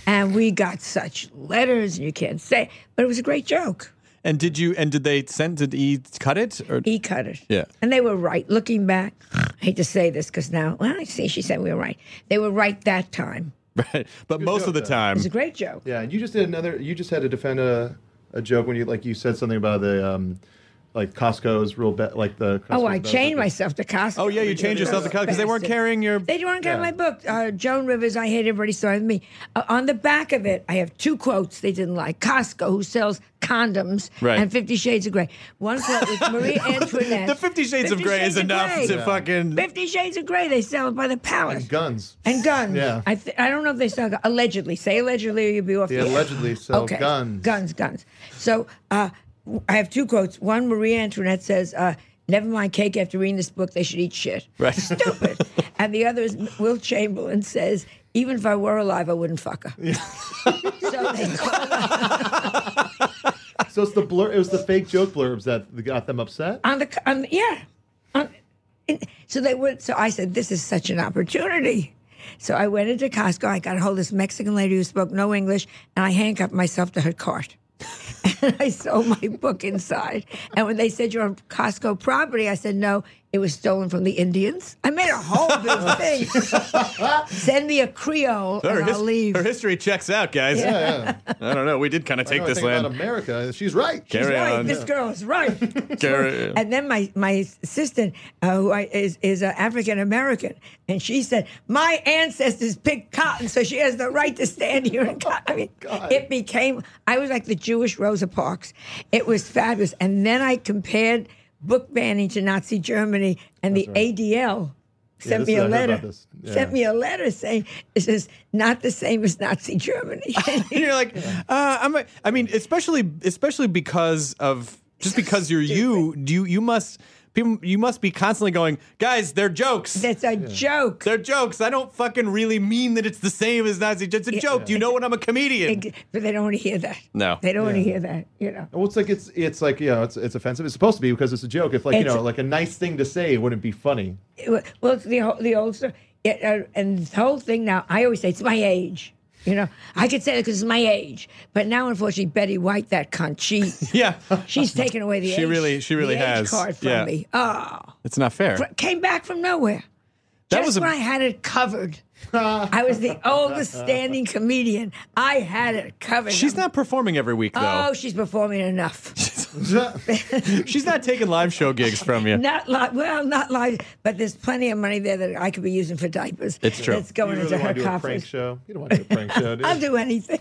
And we got such letters, and you can't say. But it was a great joke. And did you? And did they send? Did E cut it? Or He cut it. Yeah. And they were right. Looking back, I hate to say this because now, well, I see she said we were right. They were right that time. right? But most joke, of the though. It time, was a great joke. Yeah, and you just did another. You just had to defend a, a joke when you like you said something about the um, like Costco's real bad, like the. Oh, Costco's I bad- chained myself to Costco. oh yeah, you change yourself to cut because they weren't Bastard. carrying your. They weren't carrying Yeah. my book. Uh, Joan Rivers, I hate everybody starting with me. Uh, on the back of it, I have two quotes they didn't like: Costco, who sells condoms, Right. and Fifty Shades of Grey. One quote was Marie Antoinette. The Fifty Shades of 50 Grey is Shades of enough Grey. to fucking. Fifty Shades of Grey. They sell it by the pallet. Guns. And guns. Yeah. I, th- I don't know if they sell guns. Allegedly. Say allegedly or you'll be off They the air. allegedly sell okay. guns. Guns, guns. So uh, w- I have two quotes. One, Marie Antoinette says, uh, never mind cake after reading this book, they should eat shit. Right. Stupid. and the other is Will Chamberlain says, even if I were alive, I wouldn't fuck her. so they call So it's the blur. It was the fake joke blurbs that got them upset. on the on the- yeah. On, and so they went. So I said, "This is such an opportunity." So I went into Costco. I got a hold of this Mexican lady who spoke no English, and I handcuffed myself to her cart. and I sold my book inside. And when they said you're on Costco property, I said no, it was stolen from the Indians. I made a whole big thing. Send me a Creole, Her, and his- I'll leave. her history checks out, guys. Yeah, yeah. I don't know. We did kind of I take know, I this think land. about America. She's right. Carry She's right. on. This girl is right. Carry- And then my my assistant, uh, who I, is is uh, African American, and she said, "My ancestors picked cotton, so she has the right to stand here and cotton." I mean, Oh, God. it became. I was like the Jewish Rosa Parks. It was fabulous. And then I compared book banning to Nazi Germany, and the ADL sent this me is- a I heard about letter. this. Yeah. Sent me a letter saying this is not the same as Nazi Germany. and you're like, uh, I'm. A, I mean, especially especially because of just because you're you. Do you you must people you must be constantly going, guys. They're jokes. They're, That's a joke. jokes. I don't fucking really mean that it's the same as Nazi. It's a joke. Do you know when I'm a comedian? Ex- but they don't want to hear that. No. they don't want to hear that. You know, Well, it's like it's it's like you know it's it's offensive. It's supposed to be because it's a joke. If like you It's- know like a nice thing to say wouldn't be funny. It wa- well, it's the whole, the old story, it, uh, and this whole thing now. I always say it's my age. You know, I could say that because it's my age, but now unfortunately Betty White, that cunt, she yeah, she's taken away the She age- really- she really the age has. card from Yeah. me. Oh, it's not fair. but came back from nowhere. That Just was a- when I had it covered. I was the oldest standing comedian. I had it covered. She's not performing every week Oh, though. she's performing enough. She's not taking live show gigs from you. Not like well, not like, but there's plenty of money there that I could be using for diapers. It's true. That's going you into really her want to do a prank coffers. show? You don't want to do a prank show. Do you? I'll do anything.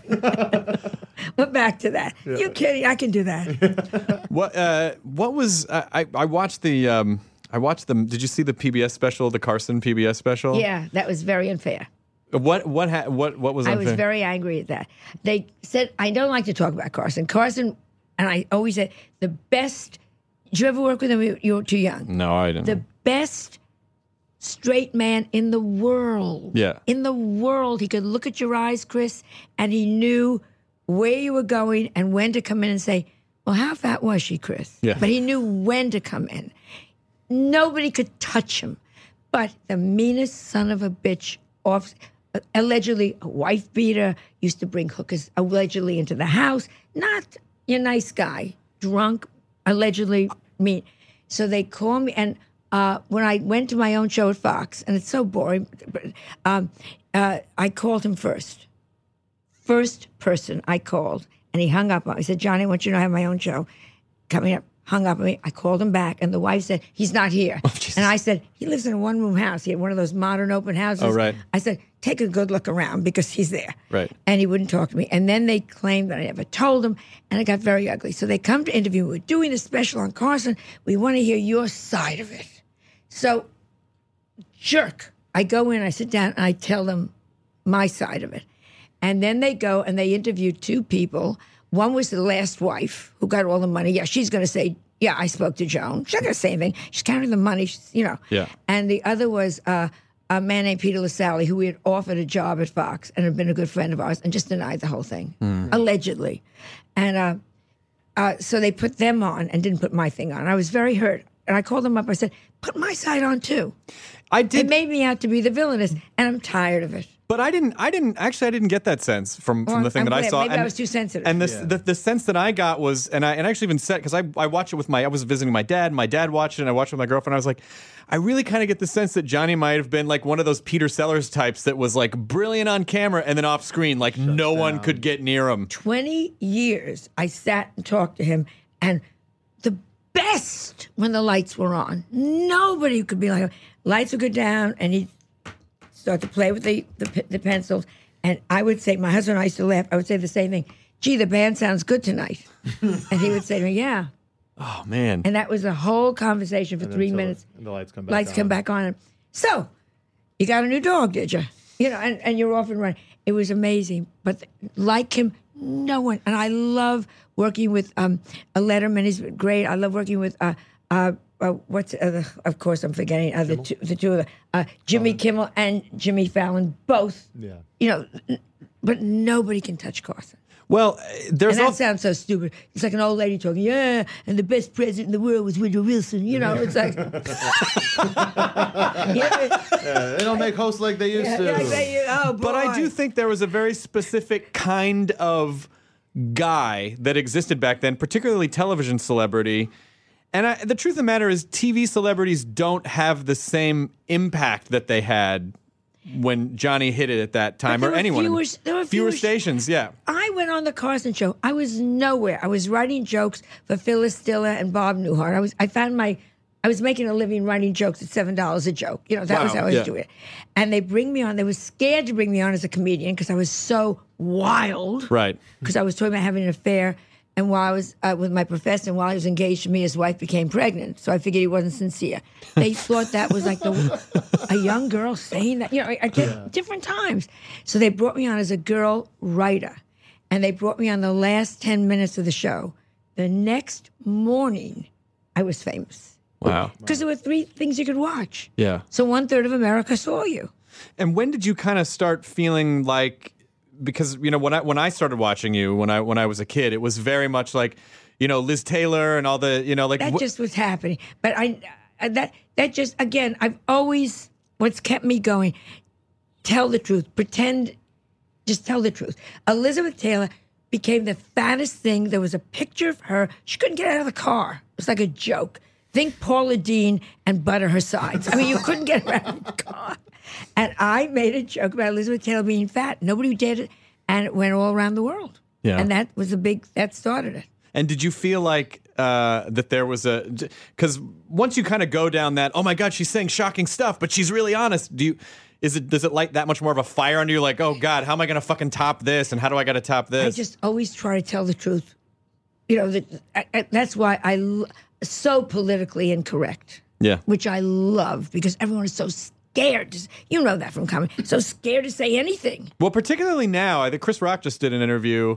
We're back to that. You kidding? I can do that. What uh, what was I, I? I watched the um, I watched the. Did you see the PBS special, the Carson PBS special? Uh, yeah, that was very unfair. What what ha- what what was I unfair? was very angry at that. They said I don't like to talk about Carson. Carson, and I always said the best. Did you ever work with him? You you were too young. No, I didn't. The best straight man in the world. Yeah. In the world. He could look at your eyes, Chris, and he knew where you were going and when to come in and say, Well, how fat was she, Chris? Yeah. But he knew when to come in. Nobody could touch him. But the meanest son of a bitch off allegedly a wife beater used to bring hookers allegedly into the house. Not your nice guy, drunk, allegedly mean. So they call me and uh, when I went to my own show at Fox, and it's so boring, but um, uh, I called him first. First person I called, and he hung up on me. I said, Johnny, I want you to know I have my own show coming up. Hung up on me. I called him back, and the wife said, He's not here. Oh, and I said, He lives in a one room house. He had one of those modern open houses. Oh, right. I said, Take a good look around because he's there. Right. And he wouldn't talk to me. And then they claimed that I never told him, and it got very ugly. So they come to interview. We're doing a special on Carson. We want to hear your side of it. So jerk. I go in, I sit down, and I tell them my side of it. And then they go and they interview two people. One was the last wife who got all the money. Yeah, she's going to say, Yeah, I spoke to Joan. She's not going to say anything. She's counting the money, she's, you know. Yeah. And the other was uh, a man named Peter LaSalle who we had offered a job at Fox and had been a good friend of ours and just denied the whole thing, allegedly. And uh, uh, so they put them on and didn't put my thing on. I was very hurt. And I called them up. I said, Put my side on too I it did, made me out to be the villainous, and I'm tired of it. but I didn't. I didn't actually. I didn't get that sense from, from Well, the thing I'm that I glad. saw. Maybe I was too sensitive. And this, the the sense that I got was, and I and I actually even said because I I watched it with my I was visiting my dad. and My dad watched it, and I watched it with my girlfriend. I was like, I really kind of get the sense that Johnny might have been like one of those Peter Sellers types that was like brilliant on camera and then off screen, like no one could get near him. 20 years I sat and talked to him, and the best when the lights were on. Nobody could be like, lights would go down, and he'd start to play with the, the, pe- the pencils. And I would say, my husband and I used to laugh, I would say the same thing gee, the band sounds good tonight. and he would say to me, yeah. Oh man, And that was the whole conversation for three Until minutes. The lights come back. lights on. come back on. So, you got a new dog, did you? You know, and, and you're off and running. It was amazing. But th- like him, no one. And I love working with um, a Letterman. He's great. I love working with uh, uh, uh, what's the other? Of course, I'm forgetting other two, the two of the, uh, Jimmy Kimmel and Jimmy Fallon both. Yeah. You know, n- but nobody can touch Carson. Well, uh, there's And that also sounds so stupid. It's like an old lady talking, yeah, and the best president in the world was Woodrow Wilson. You know, it's like. Yeah, Yeah, they don't make hosts like they used yeah, to. like they- oh, uh, But I boy. do think there was a very specific kind of guy that existed back then, particularly television celebrity. And I, the truth of the matter is, TV celebrities don't have the same impact that they had when Johnny hit it at that time, there or were anyone. fewer s- there were fewer fewer s- stations, yeah. I went on the Carson show. I was nowhere. I was writing jokes for Phyllis Diller and Bob Newhart. I was I found my I was making a living writing jokes at seven dollars a joke. You know, that was Wow, how I was yeah. doing it. And they bring me on. They were scared to bring me on as a comedian because I was so wild. Right. Because I was talking about having an affair. And while I was uh, with my professor, and while he was engaged to me, his wife became pregnant. So I figured he wasn't sincere. They thought that was like the, a young girl saying that, you know, at di- different times. So they brought me on as a girl writer. And they brought me on the last 10 minutes of the show. The next morning, I was famous. Wow. Because there were three things you could watch. Yeah. So one third of America saw you. And when did you kind of start feeling like because you know when I when I started watching you when I when I was a kid, it was very much like you know Liz Taylor and all the you know like that wh- just was happening. But I uh, that that just again, I've always what's kept me going. Tell the truth. Pretend. Just tell the truth. Elizabeth Taylor became the fattest thing. There was a picture of her. She couldn't get out of the car. It was like a joke. Think Paula Dean and butter her sides. I mean, you couldn't get her out of the car. And I made a joke about Elizabeth Taylor being fat. Nobody did it, and it went all around the world. Yeah. And that was a big. That started it. And did you feel like uh, that there was a because once you kind of go down that oh my god she's saying shocking stuff but she's really honest do you is it does it light that much more of a fire under you like oh god how am I gonna fucking top this and how do I gotta top I this just always try to tell the truth. You know, that, I, I, that's why I l- so politically incorrect, yeah which I love because everyone is so scared. To, s- you know that from comedy, so scared to say anything. Well, particularly now, I think Chris Rock just did an interview,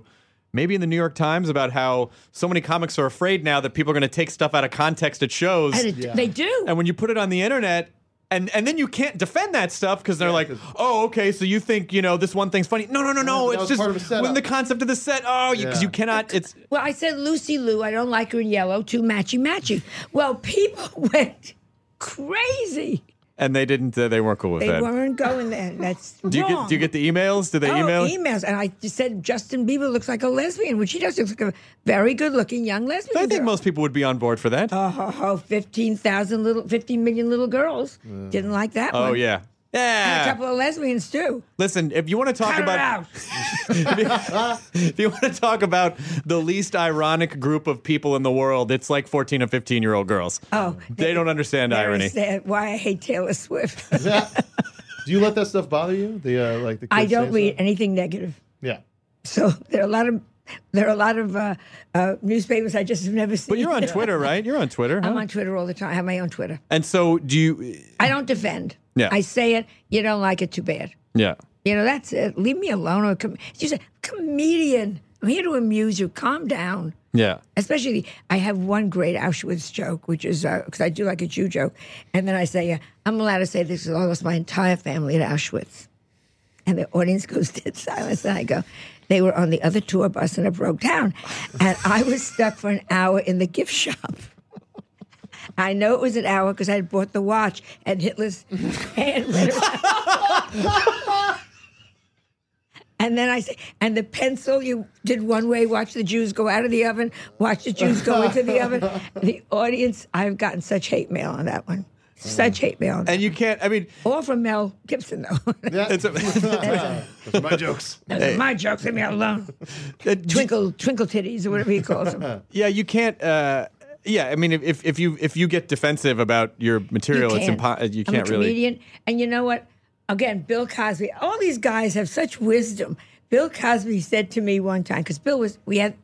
maybe in the New York Times, about how so many comics are afraid now that people are going to take stuff out of context at shows, And it, they do. and when you put it on the internet. And, and then you can't defend that stuff because they're like, oh, okay, so you think you know this one thing's funny? No, no, no, No, no. that it's was just part of a setup. when the concept of the set. Oh, because you, 'cause Yeah. you cannot. It's well, I said Lucy Lou. I don't like her in yellow. Too matchy matchy. Well, people went crazy. and they didn't. Uh, they weren't cool with They that. weren't going there. That's do you get do you get the emails? Do they Oh, email? emails, and I just said Justin Bieber looks like a lesbian, which he does. He looks like a very good-looking young lesbian. I think girl. most people would be on board for that. Oh, 15,000 little, 15 million little girls. Didn't like that one. oh yeah, And yeah. a couple of lesbians, too. Listen, if you want to talk Cut her about out. if you want to talk about the least ironic group of people in the world, it's like 14 and 15 year old girls. Oh, They don't understand there irony. is that- Why I hate Taylor Swift. Is that- do you let that stuff bother you? The uh, like the I kids don't saying read stuff? anything negative. Yeah. So there are a lot of there are a lot of uh, uh, newspapers I just have never seen. But you're on Twitter, right? You're on Twitter. I'm huh? on Twitter all the time. I have my own Twitter. and so do you. I don't defend. Yeah. I say it. You don't like it, too bad. Yeah. You know, that's it. Leave me alone. Or com- you say, comedian. I'm here to amuse you. Calm down. Yeah. Especially, I have one great Auschwitz joke, which is because I do like a Jew joke, and then I say, uh, "I'm allowed to say this because I lost my entire family at Auschwitz," and the audience goes dead silence, and I go, "They were on the other tour bus and it broke down, and I was stuck for an hour in the gift shop." I know it was an hour because I had bought the watch and Hitler's hand went around. And then I say, and the pencil you did one way, watch the Jews go out of the oven, watch the Jews go into the oven. The audience, I've gotten such hate mail on that one. Such hate mail. On that. And you can't. I mean, uh, All from Mel Gibson, though. Yeah. it's a, Those are my jokes. Those are my jokes, leave me alone. Twinkle, twinkle titties, or whatever he calls them. yeah. You can't. Uh, yeah. I mean, if- if if you if you get defensive about your material, it's can't. impo- uh, You I'm can't a really. comedian, and you know what? Again, Bill Cosby. All these guys have such wisdom. Bill Cosby said to me one time because Bill was we had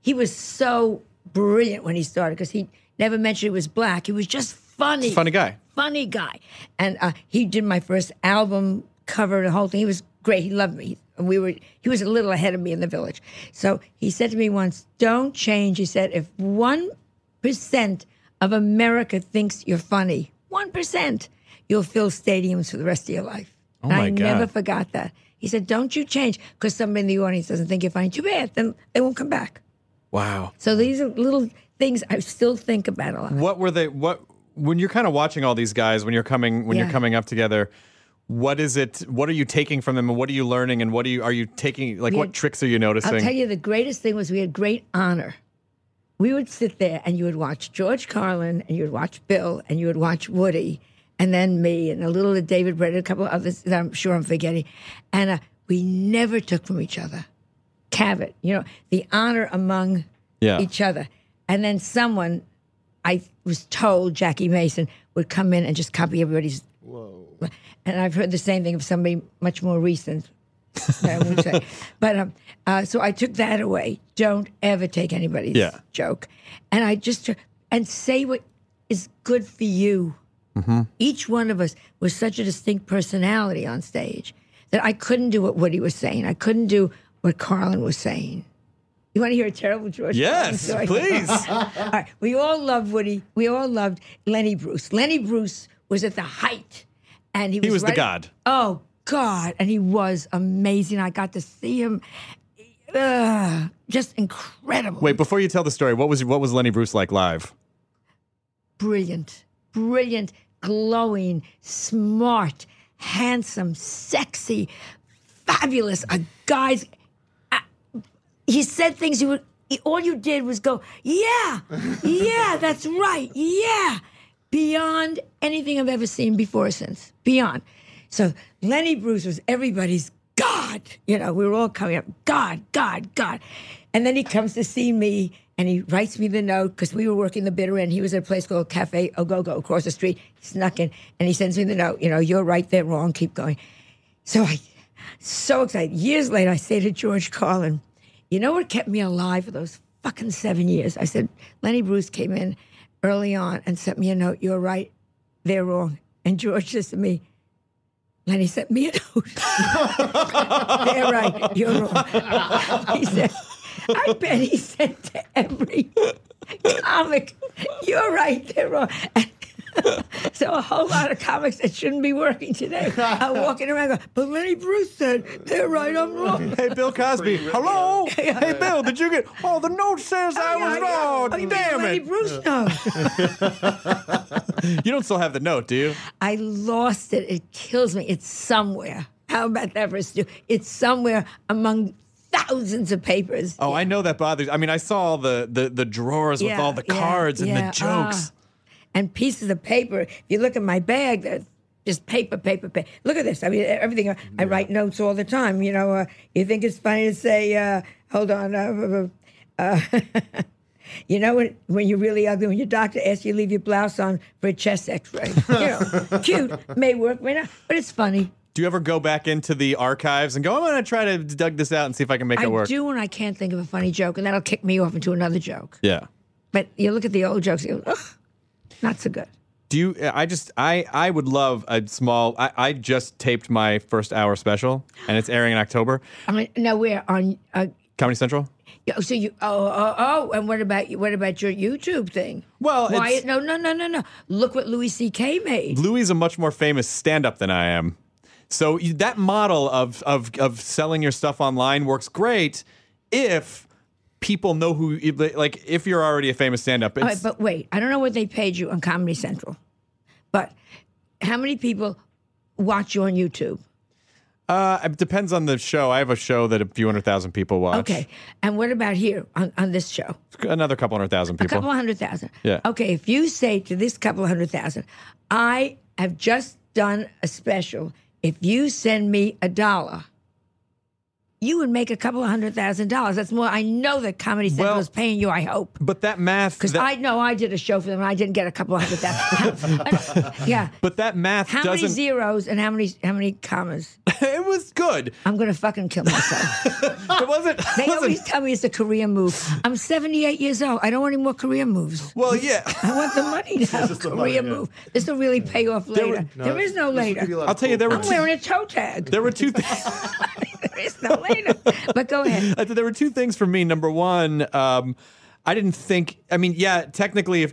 he was so brilliant when he started because he never mentioned he was black. He was just funny, Funny guy. funny guy, and uh, he did my first album cover, the whole thing. He was great. He loved me. And we were he was a little ahead of me in the village. So he said to me once, "Don't change." He said, "If one percent of America thinks you're funny. 1%. You'll fill stadiums for the rest of your life. Oh, And my I God. never forgot that. He said, Don't you change because somebody in the audience doesn't think you're funny. Too bad. Then they won't come back. Wow. So these are little things I still think about a lot. What were they? What when you're kind of watching all these guys when you're coming when you're Yeah. coming up together? What is it? What are you taking from them, and what are you learning, and what are you are you taking? Like, what Yeah. tricks are you noticing? I'll tell you the greatest thing was we had great honor. We would sit there and you would watch George Carlin and you would watch Bill and you would watch Woody and then me and a little of David Brett and a couple of others that I'm sure I'm forgetting. And uh, we never took from each other. Cavett, you know, the honor among Yeah. each other. And then someone, I was told Jackie Mason would come in and just copy everybody's. Whoa. And I've heard the same thing of somebody much more recent. I won't say. But um, uh, so I took that away. Don't ever take anybody's Yeah. joke. And I just and say what is good for you. Mm-hmm. Each one of us was such a distinct personality on stage that I couldn't do what Woody was saying. I couldn't do what Carlin was saying. You want to hear a terrible George? Carlin yes, story? please. all right. We all loved Woody. We all loved Lenny Bruce. Lenny Bruce was at the height, and he was, was the right- god. Oh God! And he was amazing. I got to see him. Ugh, just incredible. Wait, before you tell the story, what was what was Lenny Bruce like live? brilliant, brilliant, glowing, smart, handsome, sexy, fabulous. A guy's. I- he said things you would. he- All you did was go, yeah, yeah, that's right, yeah. Beyond anything I've ever seen before or since. Beyond. So Lenny Bruce was everybody's God. You know, we were all coming up, God, God, God. And then he comes to see me and he writes me the note because we were working the bitter end. He was at a place called Cafe Ogogo across the street. He snuck in and he sends me the note, you know, you're right, they're wrong, keep going. So I, so excited. Years later, I say to George Carlin, you know what kept me alive for those fucking seven years? I said, Lenny Bruce came in early on and sent me a note, you're right, they're wrong. And George says to me, Lenny sent me a note. They're right. You're wrong. He said, I bet he said to every comic, You're right. They're wrong. And so a whole lot of comics that shouldn't be working today are walking around going, But Lenny Bruce said, They're right. I'm wrong. Hey, Bill Cosby. Hello. Hey, Bill. Did you get? Oh, the note says I Yeah, was yeah. wrong. Oh, you mean Damn Lenny it. Bruce knows. You don't still have the note, do you? I lost it. It kills me. It's somewhere. How about that for a stew? It's somewhere among thousands of papers. Oh, I know that bothers. I mean, I saw all the the, the drawers with Yeah, all the yeah, cards and yeah, uh-huh. Ah. the jokes. and pieces of paper. If you look at my bag, there's just paper, paper, paper. Look at this. I mean, everything. I write notes all the time. You know, uh, you think it's funny to say, uh, hold on. Uh, uh, uh, You know, when, when you're really ugly, when your doctor asks you to leave your blouse on for a chest x ray, you know, cute, may work, may not, but it's funny. do you ever go back into the archives and go, I'm going to try to dug this out and see if I can make I it work? do when I can't think of a funny joke, and that'll kick me off into another joke. Yeah. But you look at the old jokes, you go, ugh, not so good. Do you? I just I I would love a small. I, I just taped my first hour special and it's airing in October. I mean, now we're on. Uh, Comedy Central. yeah, so you, oh, oh, oh, and what about you? What about your YouTube thing? Well, why? it's- no, no, no, no, no. Look what Louis C.K. made. Louis is a much more famous stand up than I am. So you- that model of, of, of selling your stuff online works great if people know who, you- like, if you're already a famous stand up. All right, but wait, I don't know what they paid you on Comedy Central, but how many people watch you on YouTube? Uh, it depends on the show. I have a show that a few hundred thousand people watch. Okay, and what about here on, on this show? Another couple hundred thousand people. couple hundred thousand. Yeah. Okay, if you say to this couple hundred thousand, I have just done a special. If you send me a dollar, you would make a couple of hundred thousand dollars. That's more. I know that Comedy Central Well- is paying you. I hope. but that math. Because that- I know I did a show for them and I didn't get a couple of hundred thousand. yeah. but that math How many doesn't. zeros and how many how many commas? it was good. I'm gonna fucking kill myself. It wasn't. Ah, They wasn't- always tell me it's a career move. I'm 78 years old. I don't want any more career moves. well, yeah. I want the money now. the Career money, yeah. move. This will really pay off later. were- there is no later. I'll tell you, there were I'm wearing a toe tag. There were two things. there is no later. But go ahead. I th- there were two things for me. Number one, um, I didn't think. I mean, yeah, technically, if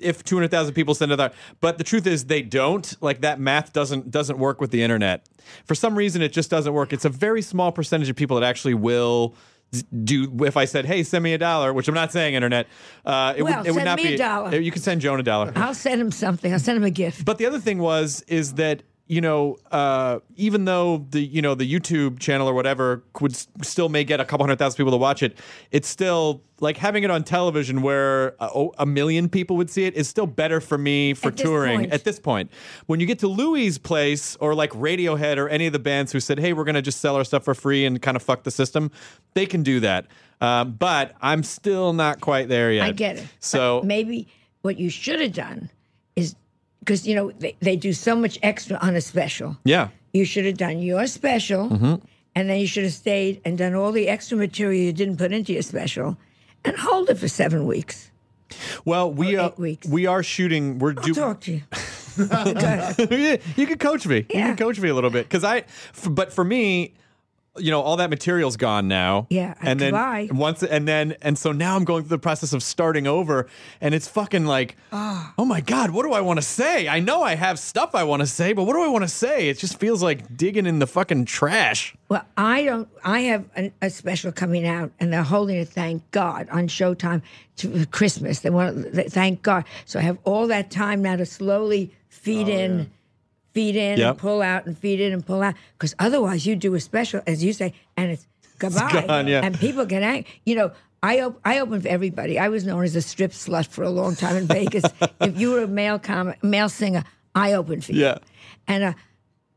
if 200,000 people send it out, but the truth is they don't. Like that math doesn't doesn't work with the internet. For some reason, it just doesn't work. It's a very small percentage of people that actually will d- do. If I said, "Hey, send me a dollar," which I'm not saying, internet, uh, it Well, would it would send not me a be dollar. You can send Joan a dollar. I'll send him something. I'll send him a gift. But the other thing was is that you know uh, even though the you know the YouTube channel or whatever would s- still may get a couple hundred thousand people to watch it, it's still like having it on television where a, oh, a million people would see it is still better for me for At this touring point. at this point. When you get to Louis' place or like Radiohead or any of the bands who said, "Hey, we're going to just sell our stuff for free and kind of fuck the system," they can do that. Um, but I'm still not quite there yet. I get it. But So maybe what you should have done is because you know they, they do so much extra on a special. yeah, You should have done your special, and then you should have stayed and done all the extra material you didn't put into your special, and hold it for seven weeks. well we Or are eight weeks. Oh, we are shooting. We're I'll doing. talk to you. Yeah, you could coach me. You Yeah. can coach me a little bit because I. F- but for me, you know, all that material's gone now. Yeah, I and then try. once and then and so now I'm going through the process of starting over, and it's fucking like, Ah. oh my god, what do I want to say? I know I have stuff I want to say, but what do I want to say? It just feels like digging in the fucking trash. Well, I don't. I have an, a special coming out, and they're holding it. Thank God on Showtime to Christmas. They want. They, thank God. So I have all that time now to slowly feed in, feed in, Oh, Yep. and pull out, and feed in and pull out. Because otherwise, you do a special, as you say, and it's goodbye, gone, yeah. and people get angry. You know. I, op- I opened for everybody. I was known as a strip slut for a long time in Vegas. if you were a male comic, male singer, I opened for you. Yeah. And uh,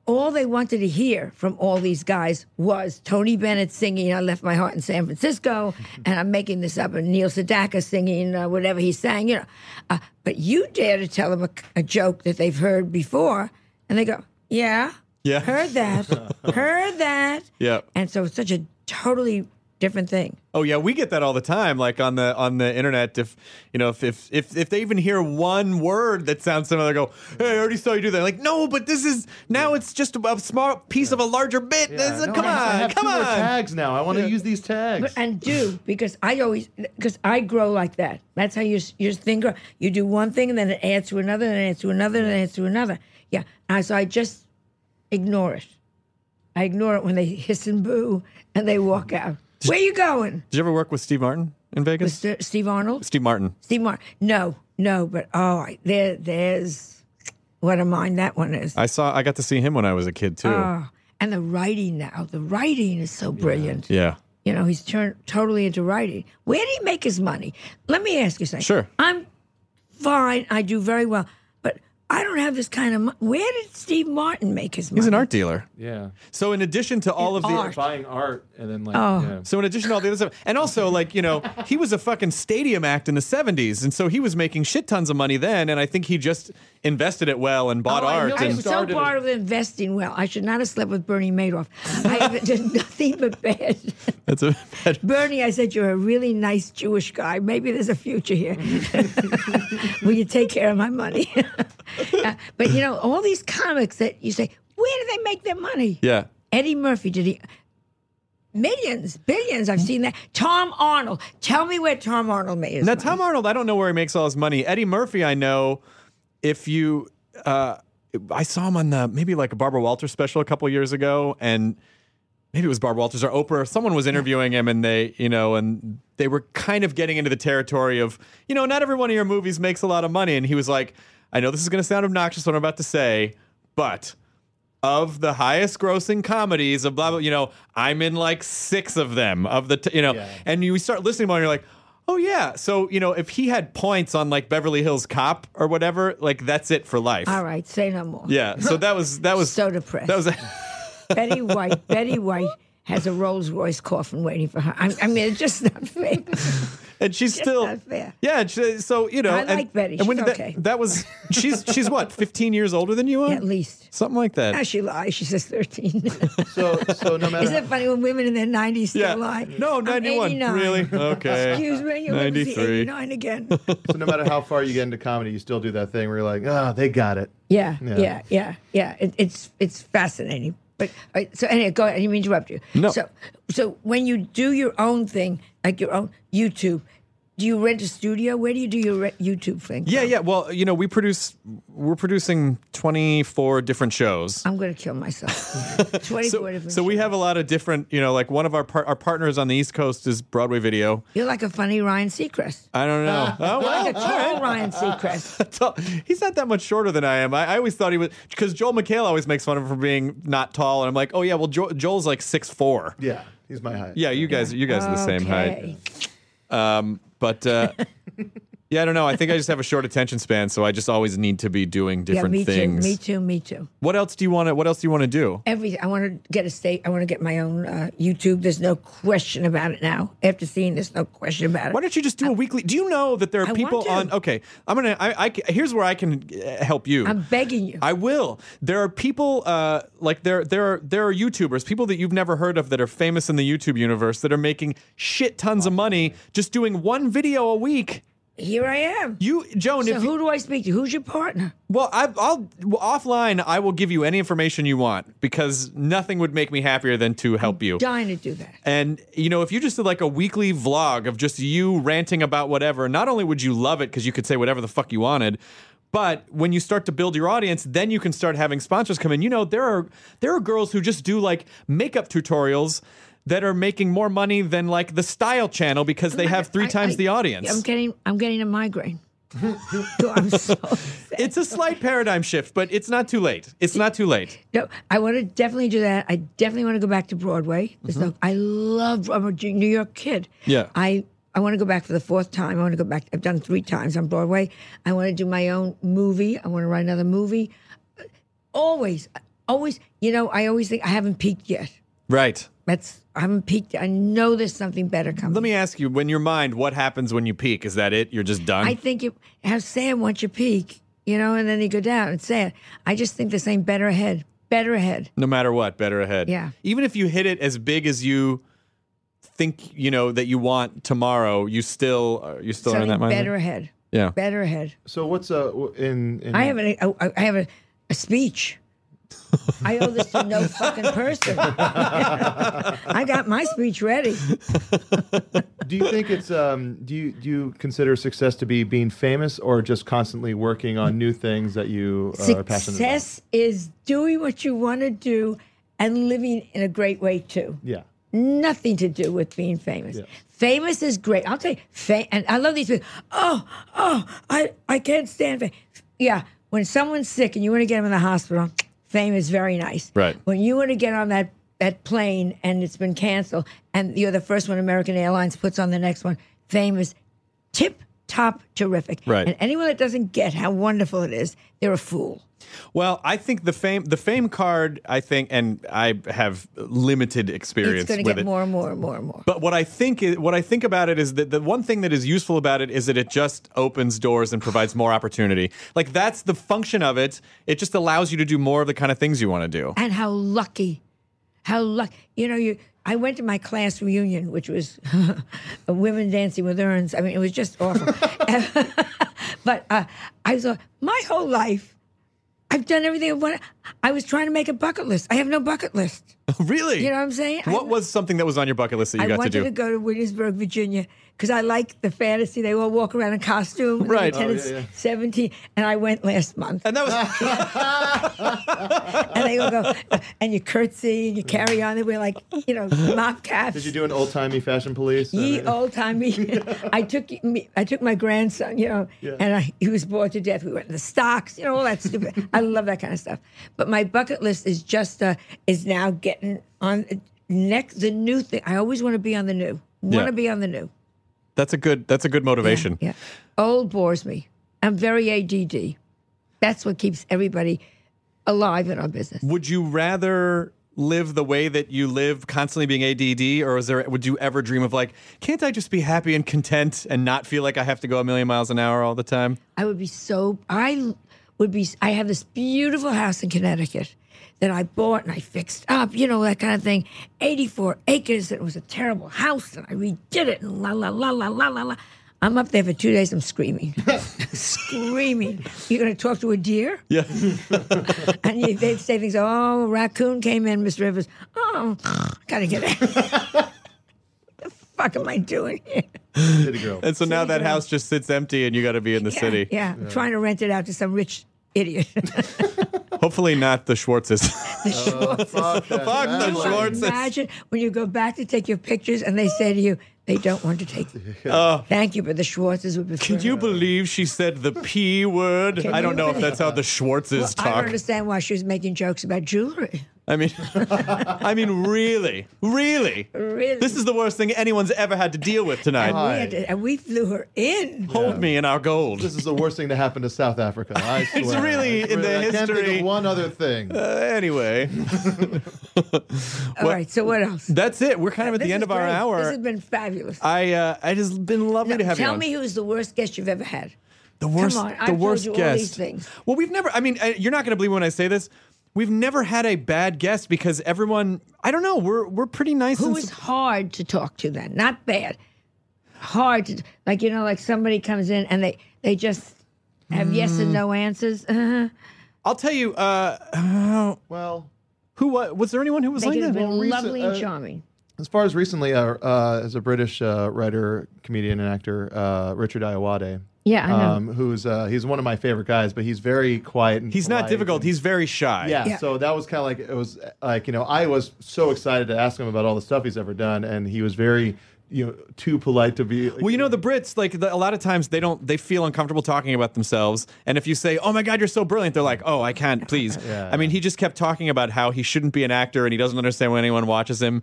all they wanted to hear from all these guys was Tony Bennett singing "I Left My Heart in San Francisco," and I'm making this up, and Neil Sedaka singing uh, whatever he sang, you know. Uh, but you dare to tell them a, a joke that they've heard before, and they go, "Yeah, Yeah. heard that, heard that," Yeah. and so it's such a totally different thing. Oh yeah, we get that all the time. Like on the on the internet, if you know, if if if, if they even hear one word that sounds similar, they go, "Hey, I already saw you do that." Like, no, but this is now it's just a, a small piece of a larger bit. This is- No, come I have- I on, have come two more on. tags now. I want to use these tags. But- and do because I always because I grow like that. That's how your your thing grow. You do one thing and then it adds to another, and it adds to another, and it adds to another. Yeah. And so I just ignore it. I ignore it when they hiss and boo and they walk out. Where you going? Did you ever work with Steve Martin in Vegas? Mr. Steve Arnold. Steve Martin. Steve Martin. No, no. But oh, I- there, there's what a mind that one is. I saw. I got to see him when I was a kid too. Oh, and the writing now. The writing is so brilliant. yeah. You know, he's turned totally into writing. Where did he make his money? Let me ask you something. Sure. I'm fine. I do very well. But I don't have this kind of money. Where did Steve Martin make his money? He's an art dealer. yeah, So in addition to all of the art. Oh. buying art and then like yeah. So in addition to all the other stuff, and also like you know, he was a fucking stadium act in the '70s, and so he was making shit tons of money then. And I think he just invested it well and bought Oh, I know- art. I And was so started part of investing well. I should not have slept with Bernie Madoff. I have done nothing but bad. that's a bad Bernie, I said, you're a really nice Jewish guy. Maybe there's a future here. Will you take care of my money? Uh, but you know, all these comics that you say, where do they make their money? Yeah. Eddie Murphy did he millions, billions. I've seen that. Tom Arnold. Tell me where Tom Arnold made his Now, money. Tom Arnold, I don't know where he makes all his money. Eddie Murphy, I know if you, uh, I saw him on the maybe like a Barbara Walters special a couple years ago, and maybe it was Barbara Walters or Oprah. Someone was interviewing him, and they, you know, and they were kind of getting into the territory of, you know, not every one of your movies makes a lot of money. And he was like, I know this is going to sound obnoxious what I'm about to say, but of the highest grossing comedies of blah blah. You know, I'm in like six of them of the t- you know, and you start listening to them and you're like, oh yeah. So you know, if he had points on like Beverly Hills Cop or whatever, like that's it for life. All right, say no more. Yeah. So that was that was So depressed. That was Betty White. Betty White has a Rolls Royce coffin waiting for her. I, I mean, it's just not fair. and she's still not fair. yeah. and she- So you know, I and, like Betty. And when She's did okay. that, that was she's she's what 15 years older than you are At least. something like Now that. she lies. She says 13. so so no matter Isn't it funny when women in their 90s still Yeah. lie? No, I'm 91. 89. Really? Okay. Excuse me, you'll never see 93. 89 again. so no matter how far you get into comedy, you still do that thing where you're like, ah, they got it. Yeah, Yeah. yeah, yeah, yeah. It, it's it's fascinating. But all right, so anyway, go ahead. I didn't mean to interrupt you. No. So so when you do your own thing, like your own YouTube, Do you rent a studio? Where do you do your re- YouTube thing? Yeah, yeah. Well, you know, we produce we're producing 24 different shows. I'm going to kill myself. 24 So, different so we shows. have a lot of different, you know, like one of our par- our partners on the East Coast is Broadway Video. You're like a funny Ryan Seacrest. I don't know. Oh, You're well, like a tall Ryan Seacrest. tall. He's not that much shorter than I am. I, I always thought he was because Joel McHale always makes fun of him for being not tall, and I'm like, oh yeah, well jo- Joel's like six four. Yeah. Yeah, he's my height. you guys, you guys are the same height. Okay. Um, but uh, yeah, I don't know. I think I just have a short attention span, so I just always need to be doing Yeah, different me things. too. Me too. Me too. What else do you want to? What else do you want to do? Every I want to get a state. I want to get my own uh, YouTube. There's no question about it now. After seeing this, no question about it. Why don't you just do a weekly? Do you know that there are I people want to. on? Okay, I'm gonna. I, I ca- here's where I can uh, help you. I'm begging you. I will. There are people uh, like there there are there are YouTubers, people that you've never heard of that are famous in the YouTube universe that are making shit tons of money just doing one video a week. Here I am. You, Joan, So if you, who do I speak to? Who's your partner? well, I, I'll well, offline. I will give you any information you want because nothing would make me happier than to help you. Dying to do that. And you know, if you just did like a weekly vlog of just you ranting about whatever, not only would you love it because you could say whatever the fuck you wanted, but when you start to build your audience, then you can start having sponsors come in. You know, there are there are girls who just do like makeup tutorials that are making more money than like the style channel because they have three I- times I- the audience. I'm getting. I'm getting a migraine. So I'm so. it's a slight paradigm shift, but it's not too late. It's not too late. No, I want to definitely do that. I definitely want to go back to Broadway. There's no- I love. I'm a New York kid. Mm-hmm. Yeah. I I want to go back for the fourth time. I want to go back. I've done three times on Broadway. I want to do my own movie. I want to write another movie. Always, always. You know, I always think I haven't peaked yet. Right. That's I haven't peaked. I know there's something better coming. Let me ask you, when your mind, what happens when you peak? Is that it? You're just done? I think it, how sad once you peak, you know, and then you go down. It's sad. I just think there's something better ahead. Better ahead. No matter what, better ahead. Yeah. Even if you hit it as big as you think you know that you want tomorrow, you still are you still are in something that mindset. better ahead. Yeah. Better ahead. So what's uh w- in, in I have an, I, I have a, a speech. I owe this to no fucking person. I got my speech ready. do you think it's um do you do you consider success to be being famous or just constantly working on new things that you uh, are passionate about? Success is doing what you want to do and living in a great way too. Yeah. Nothing to do with being famous. Famous is great. I'll tell you, fa- and I love these people. Oh, oh, I, I can't stand fame. Yeah, when someone's sick and you want to get them in the hospital, fame is very nice. Right. When you want to get on that, that plane and it's been canceled and you're the first one American Airlines puts on the next one, fame is tip top terrific. Right. And anyone that doesn't get how wonderful it is, they're a fool. Well, I think the fame the fame card, I think and I have limited experience It's going to with get it. more and more and more and more. But what I think is, what I think about it is that the one thing that is useful about it is that it just opens doors and provides more opportunity. Like that's the function of it. It just allows you to do more of the kind of things you want to do. and how lucky, how lucky. You know, you. I went to my class reunion, which was women dancing with urns. I mean, it was just awful. but uh, I thought my whole life, I've done everything I wanted. I was trying to make a bucket list. I have no bucket list. really? You know what I'm saying? I- What was something that was on your bucket list that you I got wanted to do? to go to Williamsburg, Virginia, because I like the fantasy. They all walk around in costume. and they Right. pretend Oh, it's 17. And I went last month. and that was And they all go, and you curtsy and you carry on. They wear like, you know, mop caps. Did you do an old timey fashion police? Ye Uh-huh. Uh, old timey. I took me, I took my grandson, you know, and I, he was bored to death. We went in the stocks, you know, all that stupid. I love that kind of stuff. But my bucket list is just uh, is now getting on next the new thing. I always want to be on the new. Want to Yeah. be on the new. That's a good. That's a good motivation. Yeah. Old bores me. I'm very ADD. That's what keeps everybody alive in our business. Would you rather live the way that you live, constantly being ADD, or is there? Would you ever dream of like, can't I just be happy and content and not feel like I have to go a million miles an hour all the time? I would be so I would be I have this beautiful house in Connecticut that I bought and I fixed up, you know, that kind of thing. 84 acres, it was a terrible house and I redid it and la la la la la la la. I'm up there for two days, I'm screaming. screaming. You're gonna talk to a deer? Yeah. And you, they'd say things, oh, a raccoon came in, Miss Rivers. Oh, gotta get out. what the fuck am I doing here? City Girl. And so now that house just sits empty, and you got to be in the city. Yeah, I'm trying to rent it out to some rich idiot. Hopefully not the Schwartzes. Uh, Fuck that. Fuck the That- Schwartzes. Imagine when you go back to take your pictures and they say to you, they don't want to take them. Thank you, but the Schwartzes would prefer. Can Oh. you believe she said the p word? Can I don't you know if believe- that's how the Schwartzes I don't talk. understand why she was making jokes about jewelry. I mean, I mean, really, really, Really? Oh, This is the worst thing anyone's ever had to deal with tonight. We had to- and we flew her in. Hold me in our gold. This is the worst thing to happen to South Africa. I swear. really It's in the I can't think history- of one other thing. Uh, anyway, All right, so what else? that's it. We're kind of at This the end is of our great. This hour. has been fabulous. I uh, I just been lovely to have you Tell on. me who's the worst guest you've ever had. The worst, on, I've the told worst you all guest. these things. Well, we've never. I mean, I, you're not going to believe when I say this. We've never had a bad guest because everyone. I don't know. We're we're pretty nice. Who and is sup- hard to talk to then? Not bad. Hard to like you know, like somebody comes in and they they just have yes Mm. and no answers. Uh-huh. I'll tell you. Uh, uh, well, who was? Was there anyone who was They like could have that? been recent- lovely and uh, charming. as far as recently, uh, uh, as a British uh, writer, comedian, and actor, uh, Richard Iowade. Yeah, I know. Um, who's uh, he's one of my favorite guys, but he's very quiet. And He's polite not difficult. and- He's very shy. Yeah, Yeah. so that was kind of like it was uh, like you know I was so excited to ask him about all the stuff he's ever done, and he was very you know too polite to be. Well, you know the Brits, like the, a lot of times they don't, they feel uncomfortable talking about themselves. And if you say, "Oh my God, you're so brilliant," they're like, "Oh, I can't, please." I mean, he just kept talking about how he shouldn't be an actor and he doesn't understand when anyone watches him,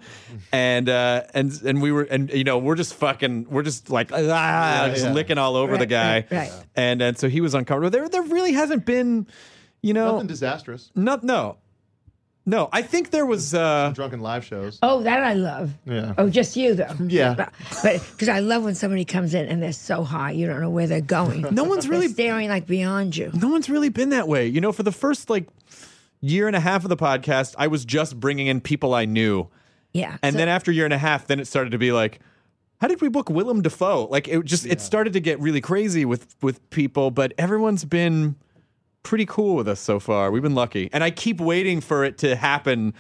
and uh, and and we were, and you know, we're just fucking, we're just like, ah, just yeah. licking all over the Right, guy, right, right. and and so he was uncomfortable. There, there really hasn't been, you know, nothing disastrous. not no, no. I think there was. Uh, Drunken live shows. Oh, that I love. Yeah. Oh, just you though. Yeah. But because I love when somebody comes in and they're so high, you don't know where they're going. No one's They're really- staring like beyond you. no one's really been that way. You know, for the first like year and a half of the podcast, I was just bringing in people I knew. Yeah. And so- then after a year and a half, then it started to be like, how did we book Willem Dafoe? Like it just it started to get really crazy with with people, but everyone's been pretty cool with us so far. We've been lucky. And I keep waiting for it to happen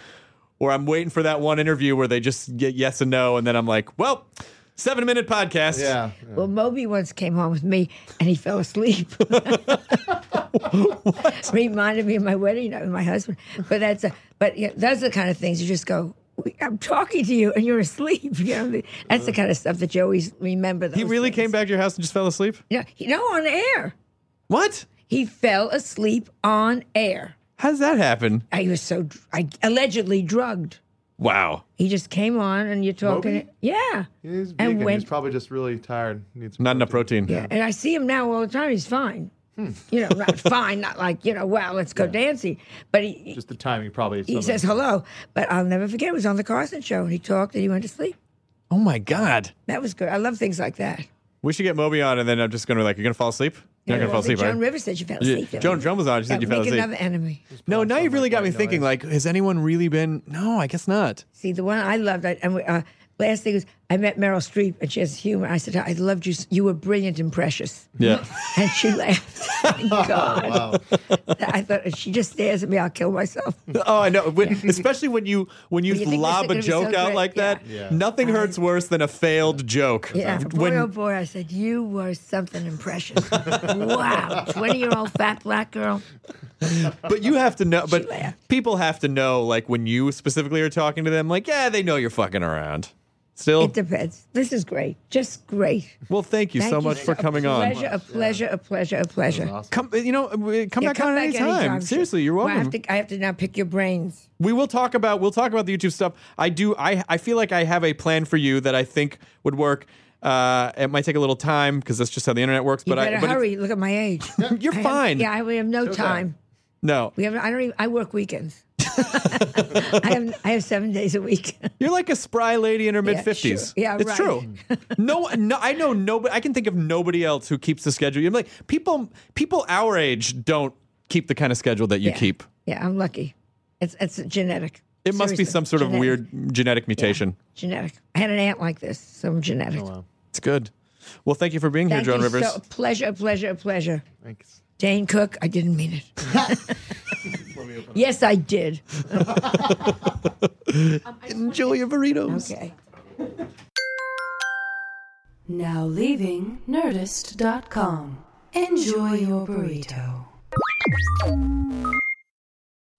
or I'm waiting for that one interview where they just get yes and no and then I'm like, well, 7 minute podcast. Yeah. Well, Moby once came on with me and he fell asleep. Reminded me of my wedding night with my husband. But that's a, but yeah, those are the kind of things you just go. "We- I'm talking to you and you're asleep. You know, that's the kind of stuff that you always remember. He really came back to your house and just fell asleep? No, he- no, on air. What? He fell asleep on air. How's that happen? I was so dr- I, allegedly drugged. Wow. He just came on and you're talking. Moby? Yeah. He's And vegan. when- He's probably just really tired. Needs Not enough protein. Yeah, and I see him now all the time. He's fine. Hmm. You know, not fine, not like, you know, wow, let's go dancing. But he, Just the timing, probably. he says hello. But I'll never forget, it was on the Carson show, and he talked and he went to sleep. Oh my God. That was good. I love things like that. We should get Moby on, and then I'm just going to be like, you're going to fall asleep? You're not going to fall Well, asleep, Joan right? Rivers said she fell Yeah, asleep. Joan Joan was on. She said Yeah, you fell make asleep. another enemy. No, now you've Sounds really like got me white thinking. noise. Like, has anyone really been? No, I guess not. See, the one I loved, I, and we, uh, last thing was I met Meryl Streep, and she has humor. I said, I loved you. s- You were brilliant and precious. Yeah. And she laughed. Thank God. I thought, if she just stares at me, I'll kill myself. oh, I know. When, Especially when you when you When you think this is lob gonna a be joke so out great, like that, yeah. Yeah. nothing hurts worse than a failed joke. Yeah, boy, oh When boy, I said you were something impressionable. wow, twenty-year-old fat black girl. but you have to know. But laughed. people have to know. Like when you specifically are talking to them, like yeah, they know you're fucking around. Still, It depends. This is great, just great. well, Oh. thank you Thank so you much for coming on. Pleasure, a pleasure, a pleasure, a pleasure. Come, you know, we- come Yeah, back on anytime. anytime. Seriously, you're Well, welcome. I have to, I have to now pick your brains. we will talk about we'll talk about the YouTube stuff. I do I I feel like I have a plan for you that I think would work. Uh, it might take a little time because that's just how the internet works. You but better I but hurry. Look at my age. It, you're I have- fine. yeah, I, we have no time. no, We have. I don't. Even, I work weekends. I have. I have seven days a week. you're like a spry lady in her mid fifties. sure. Yeah, it's right. true. no, no, I know nobody. I can think of nobody else who keeps the schedule. You're like people. People our age don't keep the kind of schedule that you Yeah. keep. Yeah, I'm lucky. It's it's genetic. It must be Seriously, some sort of genetic. weird genetic mutation. Genetic. I had an aunt like this. Some genetic. It's good. Well, thank you for being Thank here, Joan you Rivers. So, pleasure, a pleasure, a pleasure. Thanks. Dane Cook, I didn't mean it. yes, I did. Enjoy your burritos. Okay. Now leaving Nerdist.com. Enjoy your burrito.